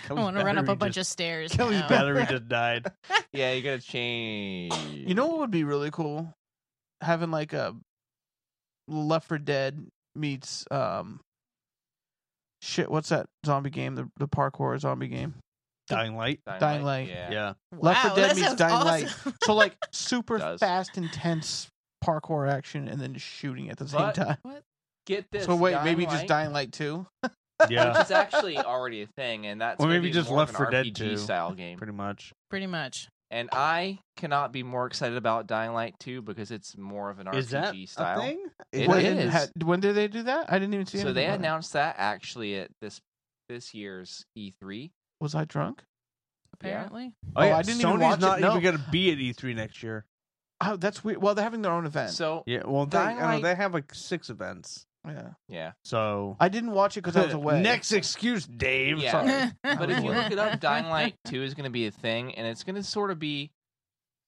D: I want to run up a bunch of stairs.
C: Kelly's
D: now. [LAUGHS]
C: battery just died.
A: yeah, you gotta change.
B: you know what would be really cool? Having like a Left 4 Dead meets um shit, what's that zombie game? The the parkour zombie game.
C: Dying Light.
B: Dying Light.
A: Yeah.
C: Yeah.
B: Left 4
D: Wow,
B: Dead
D: that
B: meets
D: sounds
B: Dying
D: awesome.
B: So like super
A: Does.
B: fast, intense parkour action and then just shooting at the same
A: But
B: time.
A: Get this.
B: So wait,
A: Dying
B: maybe just
A: Light,
B: Dying Light 2?
C: Yeah.
A: [LAUGHS] Which is actually already a thing, and that's
C: Or maybe
A: maybe
C: just
A: more of
C: Left
A: an
C: 4 Dead
A: RPG
C: 2.
A: style game.
C: Pretty much.
D: Pretty much.
A: And I cannot be more excited about Dying Light 2 because it's more of an RPG
C: Is that
A: style.
C: a thing?
A: It
B: when,
A: is.
B: ha- when did they do that? I didn't even see
A: So
B: anything
A: they
B: about it.
A: announced that actually at this this year's E E3.
B: Was I drunk?
D: Apparently,
B: Oh, I didn't even
C: Sony's
B: watch it,
C: not
B: no.
C: even going to be at E3 next year.
B: Oh, that's weird. Well, they're having their own event.
A: So
C: Yeah, well, they,
A: Dying
C: I don't know,
A: Light-
C: they have like six events,
B: yeah.
A: yeah,
C: so
B: I didn't watch it because
C: [LAUGHS]
B: I was away.
C: Next excuse, Dave.
A: Yeah. [LAUGHS]
C: Sorry.
D: [LAUGHS]
A: but if you
B: Absolutely.
A: look it up, Dying Light Two is going to be a thing, and it's going to sort of be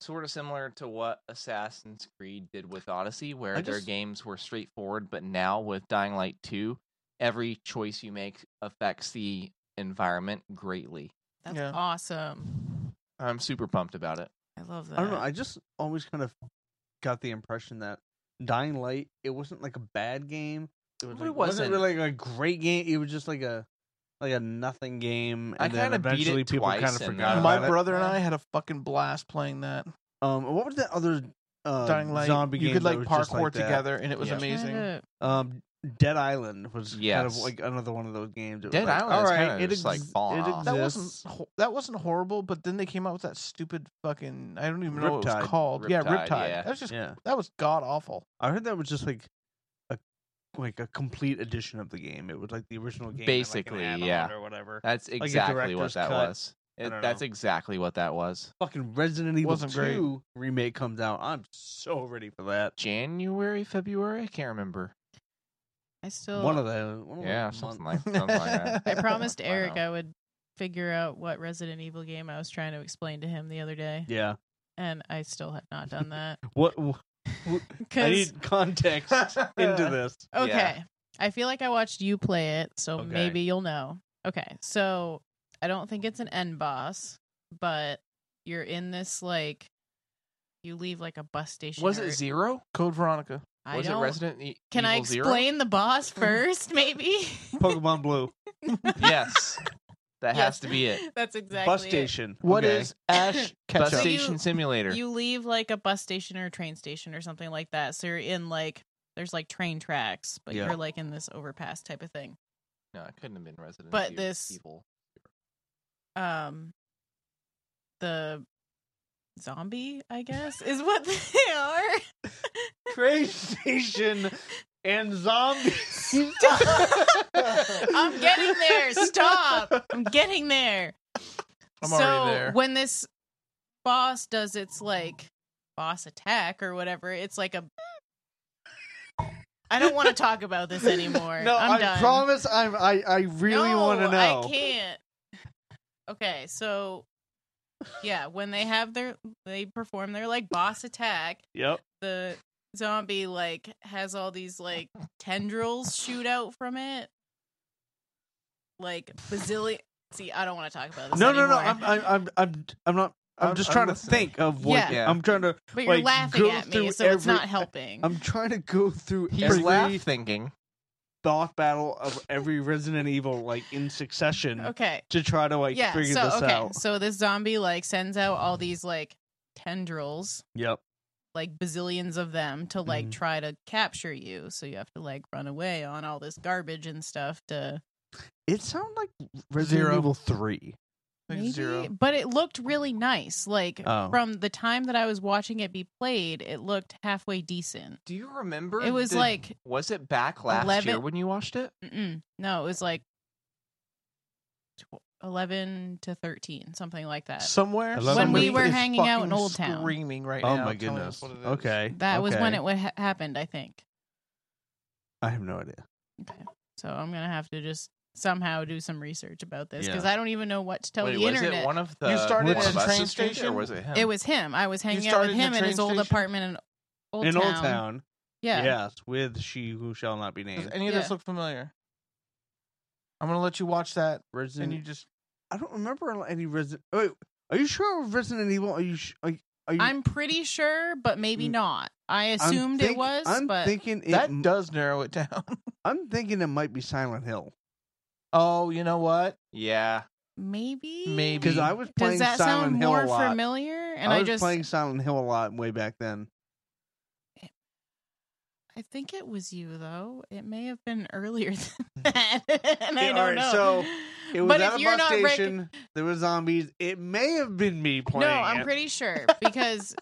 A: sort of similar to what Assassin's Creed did with Odyssey, where
B: I
A: their
B: just-
A: games were straightforward. But now with Dying Light Two, every choice you make affects the environment greatly.
D: that's
B: Yeah.
D: awesome.
A: I'm super pumped about it.
D: I love that.
C: I don't know. I just always kind of got the impression that Dying Light it wasn't like a bad game. It, was
A: But
C: like,
A: it
C: wasn't really like a great game. It was just like a like a nothing game. And
A: I
C: then
A: kinda beat it
C: eventually people
A: twice
C: kind of
A: and
C: forgot
A: then-
C: about
B: My
C: it.
B: brother and
D: Yeah.
B: I had a fucking blast playing that
C: Um, what was that other uh,
B: Dying Light.
C: zombie game?
B: you could
C: that
B: like
C: was just
B: parkour
C: like that?
B: together, and it was
C: Yeah.
D: Try
B: amazing.
D: to-
C: Um, Dead Island was kind of
A: Yes.
C: like another one of those games. It was
A: Dead
C: like,
A: Island
C: All
A: is
C: right,
A: kinda
C: it
A: just, like,
C: ex-
A: falling
C: it
A: off.
B: That
C: exists.
B: wasn't ho- that wasn't horrible, but then they came out with that stupid fucking I don't even know what it was
C: Riptide.
B: called. yeah,
A: Riptide,
B: Riptide.
A: yeah.
B: That was just
C: yeah.
B: that was god awful.
C: I heard that was just like a like a complete edition of the game. It was like the original game, and, like, an
A: Basically,
C: add-on
A: yeah.
C: or whatever.
A: That's
C: a
A: exactly what
C: director's
A: that
C: cut.
A: was.
C: I
A: It-
C: don't
A: that's
C: know.
A: exactly what that was.
C: Fucking Resident Evil
B: Wasn't great.
C: Two remake comes out. I'm so ready for that.
A: January, February, I can't remember.
D: I still
C: one of the one of the
A: Yeah,
C: month-
A: something
C: [LAUGHS]
A: like, something like that.
D: [LAUGHS] I promised
A: [LAUGHS] I
D: Eric
A: know.
D: I would figure out what Resident Evil game I was trying to explain to him the other day,
C: yeah.
D: and I still have
C: [LAUGHS]
D: not done that.
C: What, what I
D: 'Cause-
C: need context
B: [LAUGHS]
C: into this.
A: Yeah.
D: okay, I feel like I watched you play it, so
C: Okay.
D: maybe you'll know. Okay, so I don't think it's an end boss, but you're in this like you leave like a bus station.
A: Was
D: or-
A: it zero?
B: Code Veronica.
D: I
A: was it
D: don't-
A: Resident E-
D: Can I
A: Evil Zero?
D: explain the
A: [LAUGHS]
D: boss first, maybe?
B: [LAUGHS]
C: Pokemon Blue
A: yes, that has to
D: [LAUGHS]
A: be it.
D: That's exactly
C: bus
D: it.
C: station.
B: What
A: Okay.
B: is Ash
A: Bus
B: Ketchum?
D: So you-
A: station simulator.
D: You leave like a bus station or a train station or something like that. So you're in like there's like train tracks, but
C: Yeah.
D: you're like in this overpass type of thing.
A: no, it couldn't have been Resident
D: But
A: Evil.
D: this- Um the zombie, I guess, is what [LAUGHS] they are.
C: train station and zombies?
D: [LAUGHS] Stop. I'm getting there. Stop. I'm getting there.
B: I'm
D: so
B: already there.
D: when this boss does its like boss attack or whatever, it's like a. I don't want to talk about this anymore.
C: No,
D: I'm
C: I
D: done.
C: promise. I'm. I. I really
D: No,
C: want to know.
D: I can't. Okay, so yeah, when they have their they perform their like boss attack,
C: Yep.
D: the zombie like has all these like tendrils shoot out from it, like bazillion. See, I don't want to talk about this.
C: No, no, no.
D: anymore.
C: I'm. I'm. I'm. I'm, I'm not. I'm,
A: I'm-
C: just
A: I'm
C: trying to
A: listening.
C: think of what
D: Yeah.
C: I'm trying to.
D: But you're
C: like,
D: laughing
C: go
D: at me,
C: through
D: so it's
C: every-
D: not helping.
C: I'm trying to go through
A: He's
C: every
A: laugh thinking.
C: thought battle of every Resident Evil like in succession
D: okay.
C: to try to like
D: yeah.
C: figure
D: So
C: this
D: okay.
C: out.
D: So this zombie like sends out all these like tendrils,
C: Yep.
D: like bazillions of them, to like
C: Mhm.
D: try to capture you. So you have to like run away on all this garbage and stuff to
C: It sounds like Resident
B: Zero.
C: Evil Three.
B: I think
D: maybe.
B: zero.
D: But it looked really nice. Like
C: Oh.
D: from the time that I was watching it be played, it looked halfway decent.
A: Do you remember?
D: It was
A: the-
D: like
A: Was it back last
D: 11
A: year when you watched it?
D: Mm-mm. No, it was like tw- 11 to 13, something like that.
B: Somewhere
C: When we
B: somebody
D: were
B: is
D: hanging out in
B: fucking
D: Old Town.
B: screaming right
C: oh
B: now.
C: my
B: telling us
C: goodness.
B: what it is.
C: Okay.
D: that was when
C: okay.
D: it would ha- happened, I think.
C: I have no idea.
D: So I'm going to have to just somehow do some research about this because
C: Yeah.
D: I don't even know what to tell
A: Wait,
D: the
A: was
D: internet.
A: it one of the
B: started
C: at
A: one
C: a
A: of us
B: train
A: is doing it, or
B: station?
A: was it him?
D: It was him. I was hanging out
B: started
D: with
B: in the
D: him in
B: train
D: his old
B: station?
D: apartment in Old
C: in
D: Town.
C: Old Town.
D: Yeah.
C: Yes, with she who shall not be
B: Does
C: named.
B: any of this
D: Yeah.
B: look familiar? I'm gonna let you watch that, and
C: Resident.
B: you just
C: I don't remember any Resident. Wait, are you sure Resident Evil? Are you? Sh- are, you- are you?
D: I'm pretty sure, but maybe
C: Mm.
D: not. I
C: I'm
D: assumed
C: think-
D: it was,
C: I'm
D: but
C: thinking it,
B: that
C: m-
B: does narrow it [LAUGHS] down.
C: I'm thinking it might be Silent Hill
B: oh, you know what?
A: Yeah.
D: maybe.
B: Maybe.
C: because I was
D: Does
C: playing
D: that
C: Silent
D: sound
C: Hill
D: more
C: a lot.
D: familiar? And
C: I
D: I,
C: was
D: just,
C: playing Silent Hill a lot way back then.
D: I think it was you though. It may have been earlier [LAUGHS]
C: [LAUGHS]
D: than that, and I
C: Yeah,
D: don't
C: all right,
D: know.
C: so It was
D: but
C: at
D: if
C: a
D: you're
C: bus
D: not rec-
C: station. There were zombies. It may have been me playing.
D: no, I'm
C: it. [LAUGHS]
D: pretty sure because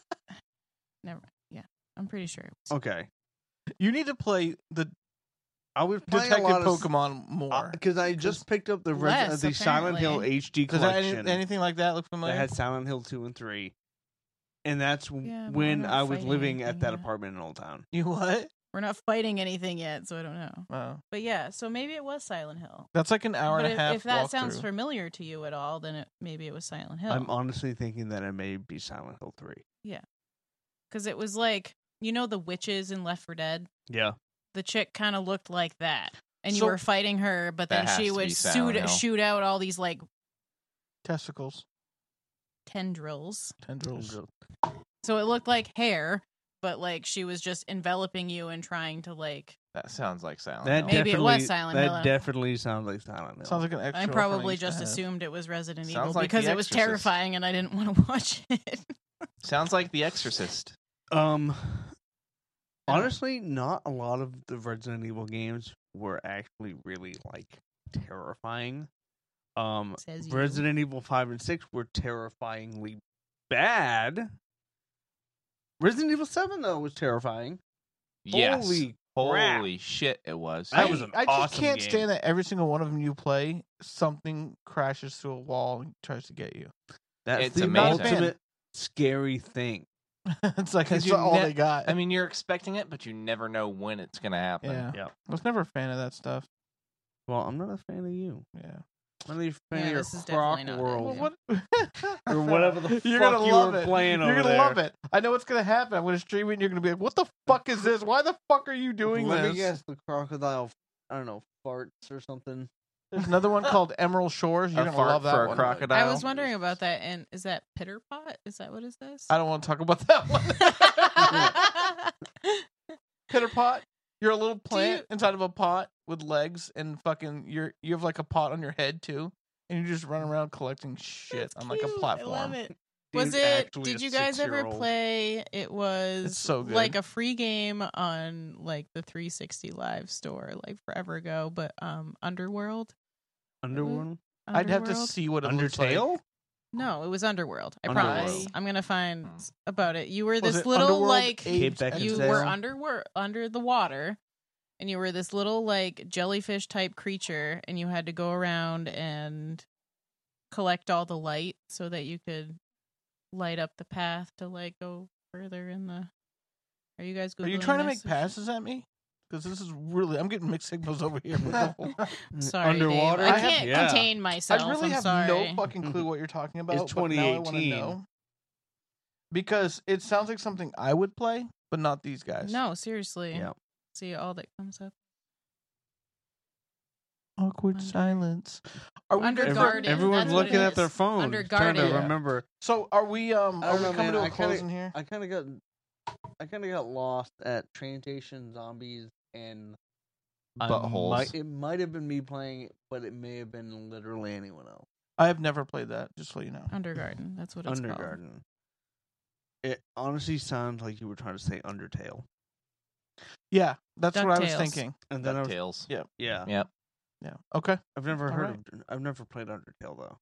D: [SIGHS] never. Yeah, I'm pretty sure. it was-
C: Okay,
B: You need to play the
C: I was playing
B: Detective
C: a lot of uh,
B: Pokemon more.
C: because I just picked up the Resi-
D: Less,
C: the Silent Hill
D: apparently.
C: HD
B: Does that any,
C: collection.
B: anything like that look familiar?
C: that had Silent Hill two and three, and that's w-
D: Yeah, but we're
C: when
D: not
C: I was
D: fighting
C: living at
D: anything
C: that
D: yet.
C: apartment in Old Town.
B: you what?
D: We're not fighting anything yet, so I don't know.
B: Wow,
D: But yeah, so maybe it was Silent Hill.
B: that's like an hour
D: but
B: and
D: if,
B: a half.
D: if that sounds
B: walkthrough.
D: familiar to you at all, then it, maybe it was Silent Hill.
C: I'm honestly thinking that it may be Silent Hill three.
D: because it was like you know the witches in Left 4 Dead.
C: Yeah,
D: The chick kind of looked like that, and you
B: So-
D: were fighting her, but then
A: That has
D: she
A: to be
D: would
A: Silent
D: shoot
A: Hill.
D: shoot out all these like
B: testicles,
D: tendrils.
B: tendrils.
D: So it looked like hair, but like she was just enveloping you and trying to like.
A: That sounds like Silent
C: that
A: Hill.
D: Maybe it was
C: definitely-
D: Silent
C: that
D: Hill.
C: definitely sounds like Silent Hill.
B: Sounds like an extra.
D: I probably just assumed it was Resident
A: Sounds
D: Evil
A: like
D: because
A: The
D: it was
A: Exorcist.
D: terrifying and I didn't [LAUGHS] want to watch it.
A: Sounds like The Exorcist.
C: um,
D: I don't-
C: honestly, not a lot of the Resident Evil games were actually really like terrifying. Um,
D: Says you.
C: Resident Evil five and six were terrifyingly bad. Resident Evil seven though was terrifying.
A: Yes.
C: Holy crap.
A: Holy shit! It was.
C: That was an
B: I just
C: awesome
B: can't
C: game.
B: stand that every single one of them you play, something crashes through a wall and tries to get you. [LAUGHS]
C: That's
A: It's
C: the
A: amazing.
C: ultimate scary thing.
A: it's like
B: That's
A: you
B: all
A: ne-
B: they got.
A: I mean, you're expecting it, but you never know when it's gonna happen.
B: yeah.
C: Yeah.
B: I was never a fan of that stuff.
C: Well, I'm not a fan of you.
B: Yeah.
C: I'm not a fan
D: Yeah,
C: of your
D: this is
C: croc
D: definitely not
C: world.
D: it.
B: Well, what? [LAUGHS]
C: Or whatever the
B: you're
C: fuck
B: gonna
C: you
B: love
C: were
B: it.
C: playing
B: You're
C: over
B: gonna
C: there.
B: love it. I know what's gonna happen. I'm gonna stream it. and You're gonna be like, "What the fuck is this? Why the fuck are you doing
C: Let
B: this?"
C: me guess, the crocodile, I don't know, farts or something.
B: There's another
C: [LAUGHS]
B: one called Emerald Shores. You're
A: A
B: gonna
A: fart
B: love that
A: for a
B: one.
A: crocodile.
D: I
A: Dial.
D: was wondering about that. And is that pitter pot? Is that what is this?
B: I don't want to talk about [LAUGHS] that
D: [LAUGHS]
B: one. Pitter pot. You're a little plant
D: you-
B: inside of a pot with legs and fucking. You're you have like a pot on your head too, and you just run around collecting shit
D: That's
B: on like a
D: cute.
B: platform.
D: I love it.
C: Dude's
D: Was it?
C: actually a
D: Did you guys ever
C: six-year-old.
D: play? It was
B: so good.
D: like a free game on like the 360 Live store, like forever ago. But um, Underworld. Mm-hmm.
C: Underworld?
B: I'd have to
D: Underworld?
B: see what it looks like.
C: Undertale?
D: No, it was Underworld. I promise.
C: Underworld.
D: I'm gonna find
A: Hmm.
D: about it. You were
B: Was
D: this
B: it
D: little
B: Underworld,
D: like
B: Apes,
C: Cape
B: and
D: you
C: Beckinsale?
D: were
B: Tail?
D: under under the water, and you were this little like jellyfish type creature, and you had to go around and collect all the light so that you could light up the path to like go further in the. Are you guys? Googling
B: Are you trying to make
D: this?
B: passes at me? Because this is really, I'm getting mixed signals over here. with [LAUGHS]
C: [LAUGHS]
B: the whole-
D: Sorry,
C: Underwater?
D: Dave.
B: I
D: I
B: have-
D: can't
C: yeah.
D: contain myself.
B: I really
D: am
B: have
D: sorry.
B: no fucking
C: [LAUGHS]
B: clue what you're talking about.
C: It's
B: but now I wanna
C: 2018.
B: know. because it sounds like something I would play, but not these guys.
D: No, seriously.
C: Yeah.
D: See all that comes up.
B: awkward
D: Under-
B: silence. Are we
D: Under
B: good?
C: Every-
D: Garden,
C: Everyone's
D: that's what
C: looking
D: it
C: at their
D: is.
C: phone,
D: Under
C: trying to
D: Garden.
B: Yeah.
C: remember.
B: So are we? Um,
C: I
B: are
C: don't
B: we
C: know,
B: coming
C: man.
B: to
C: I
B: a
C: kinda-
B: close in here?
C: I kind of got, I kind of got lost at train station zombies and I
A: Buttholes.
C: might- it might have been me playing it, but it may have been literally anyone else.
B: I have never played that. Just so you know.
D: Undergarden. That's what it's called.
C: Undergarden. It honestly sounds like you were trying to say Undertale,
B: Yeah, that's what I was
D: DuckTales.
B: thinking.
C: and then I was,
A: DuckTales.
C: yeah,
B: Yeah. Okay.
C: I've never
B: All
C: heard
B: right.
C: of, I've never played Undertale though,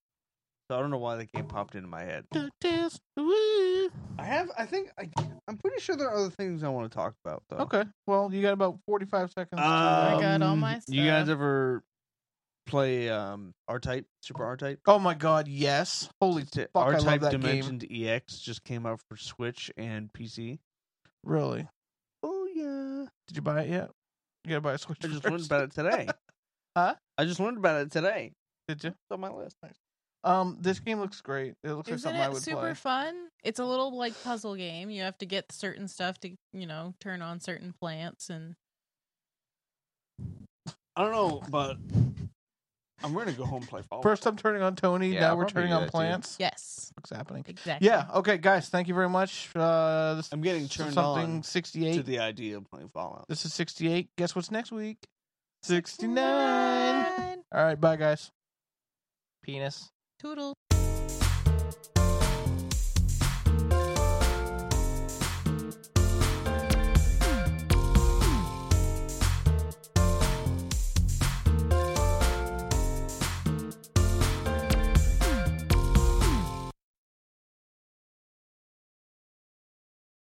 C: so I don't know why that game popped into my head.
B: DuckTales. Woo.
C: I have, I think, I, I'm pretty sure there are other things I want to talk about though.
B: Okay. Well, you got about forty-five seconds. to,
D: I
B: uh,
D: Um, got all my
C: You guys
D: stuff.
C: ever play um R Type, Super R Type?
B: oh my God! Yes. Holy fuck! I
C: R
B: love
C: Type
B: that game.
C: Dimensions EX E just came out for Switch and PC.
B: Really?
C: Oh yeah.
B: Did you buy it yet? You gotta buy a Switch.
C: I just
B: first.
C: learned about it today.
B: Huh?
C: I just learned about it today.
B: [LAUGHS] Did you?
C: It's on my list.
B: Um, this game looks great. It looks like
D: Isn't
B: something I
D: it
B: would
D: super
B: play.
D: fun? It's a little like puzzle game. You have to get certain stuff to, you know, turn on certain plants and
C: I don't know, but I'm ready to go home and play Fall.
B: First, I'm turning on Tony.
A: Yeah,
B: now
A: I'll
B: we're
A: probably
B: turning
A: do
B: on
A: that too.
B: plants.
D: yes,
B: What's happening?
D: exactly.
B: Yeah. Okay, guys. Thank you very much. Uh, this
C: I'm getting
B: is
C: turned
B: something
C: on
B: 68.
C: to the idea of playing Fallout.
B: this is 68. Guess what's next week? 69. All right. Bye, guys.
A: Penis.
D: Toodle.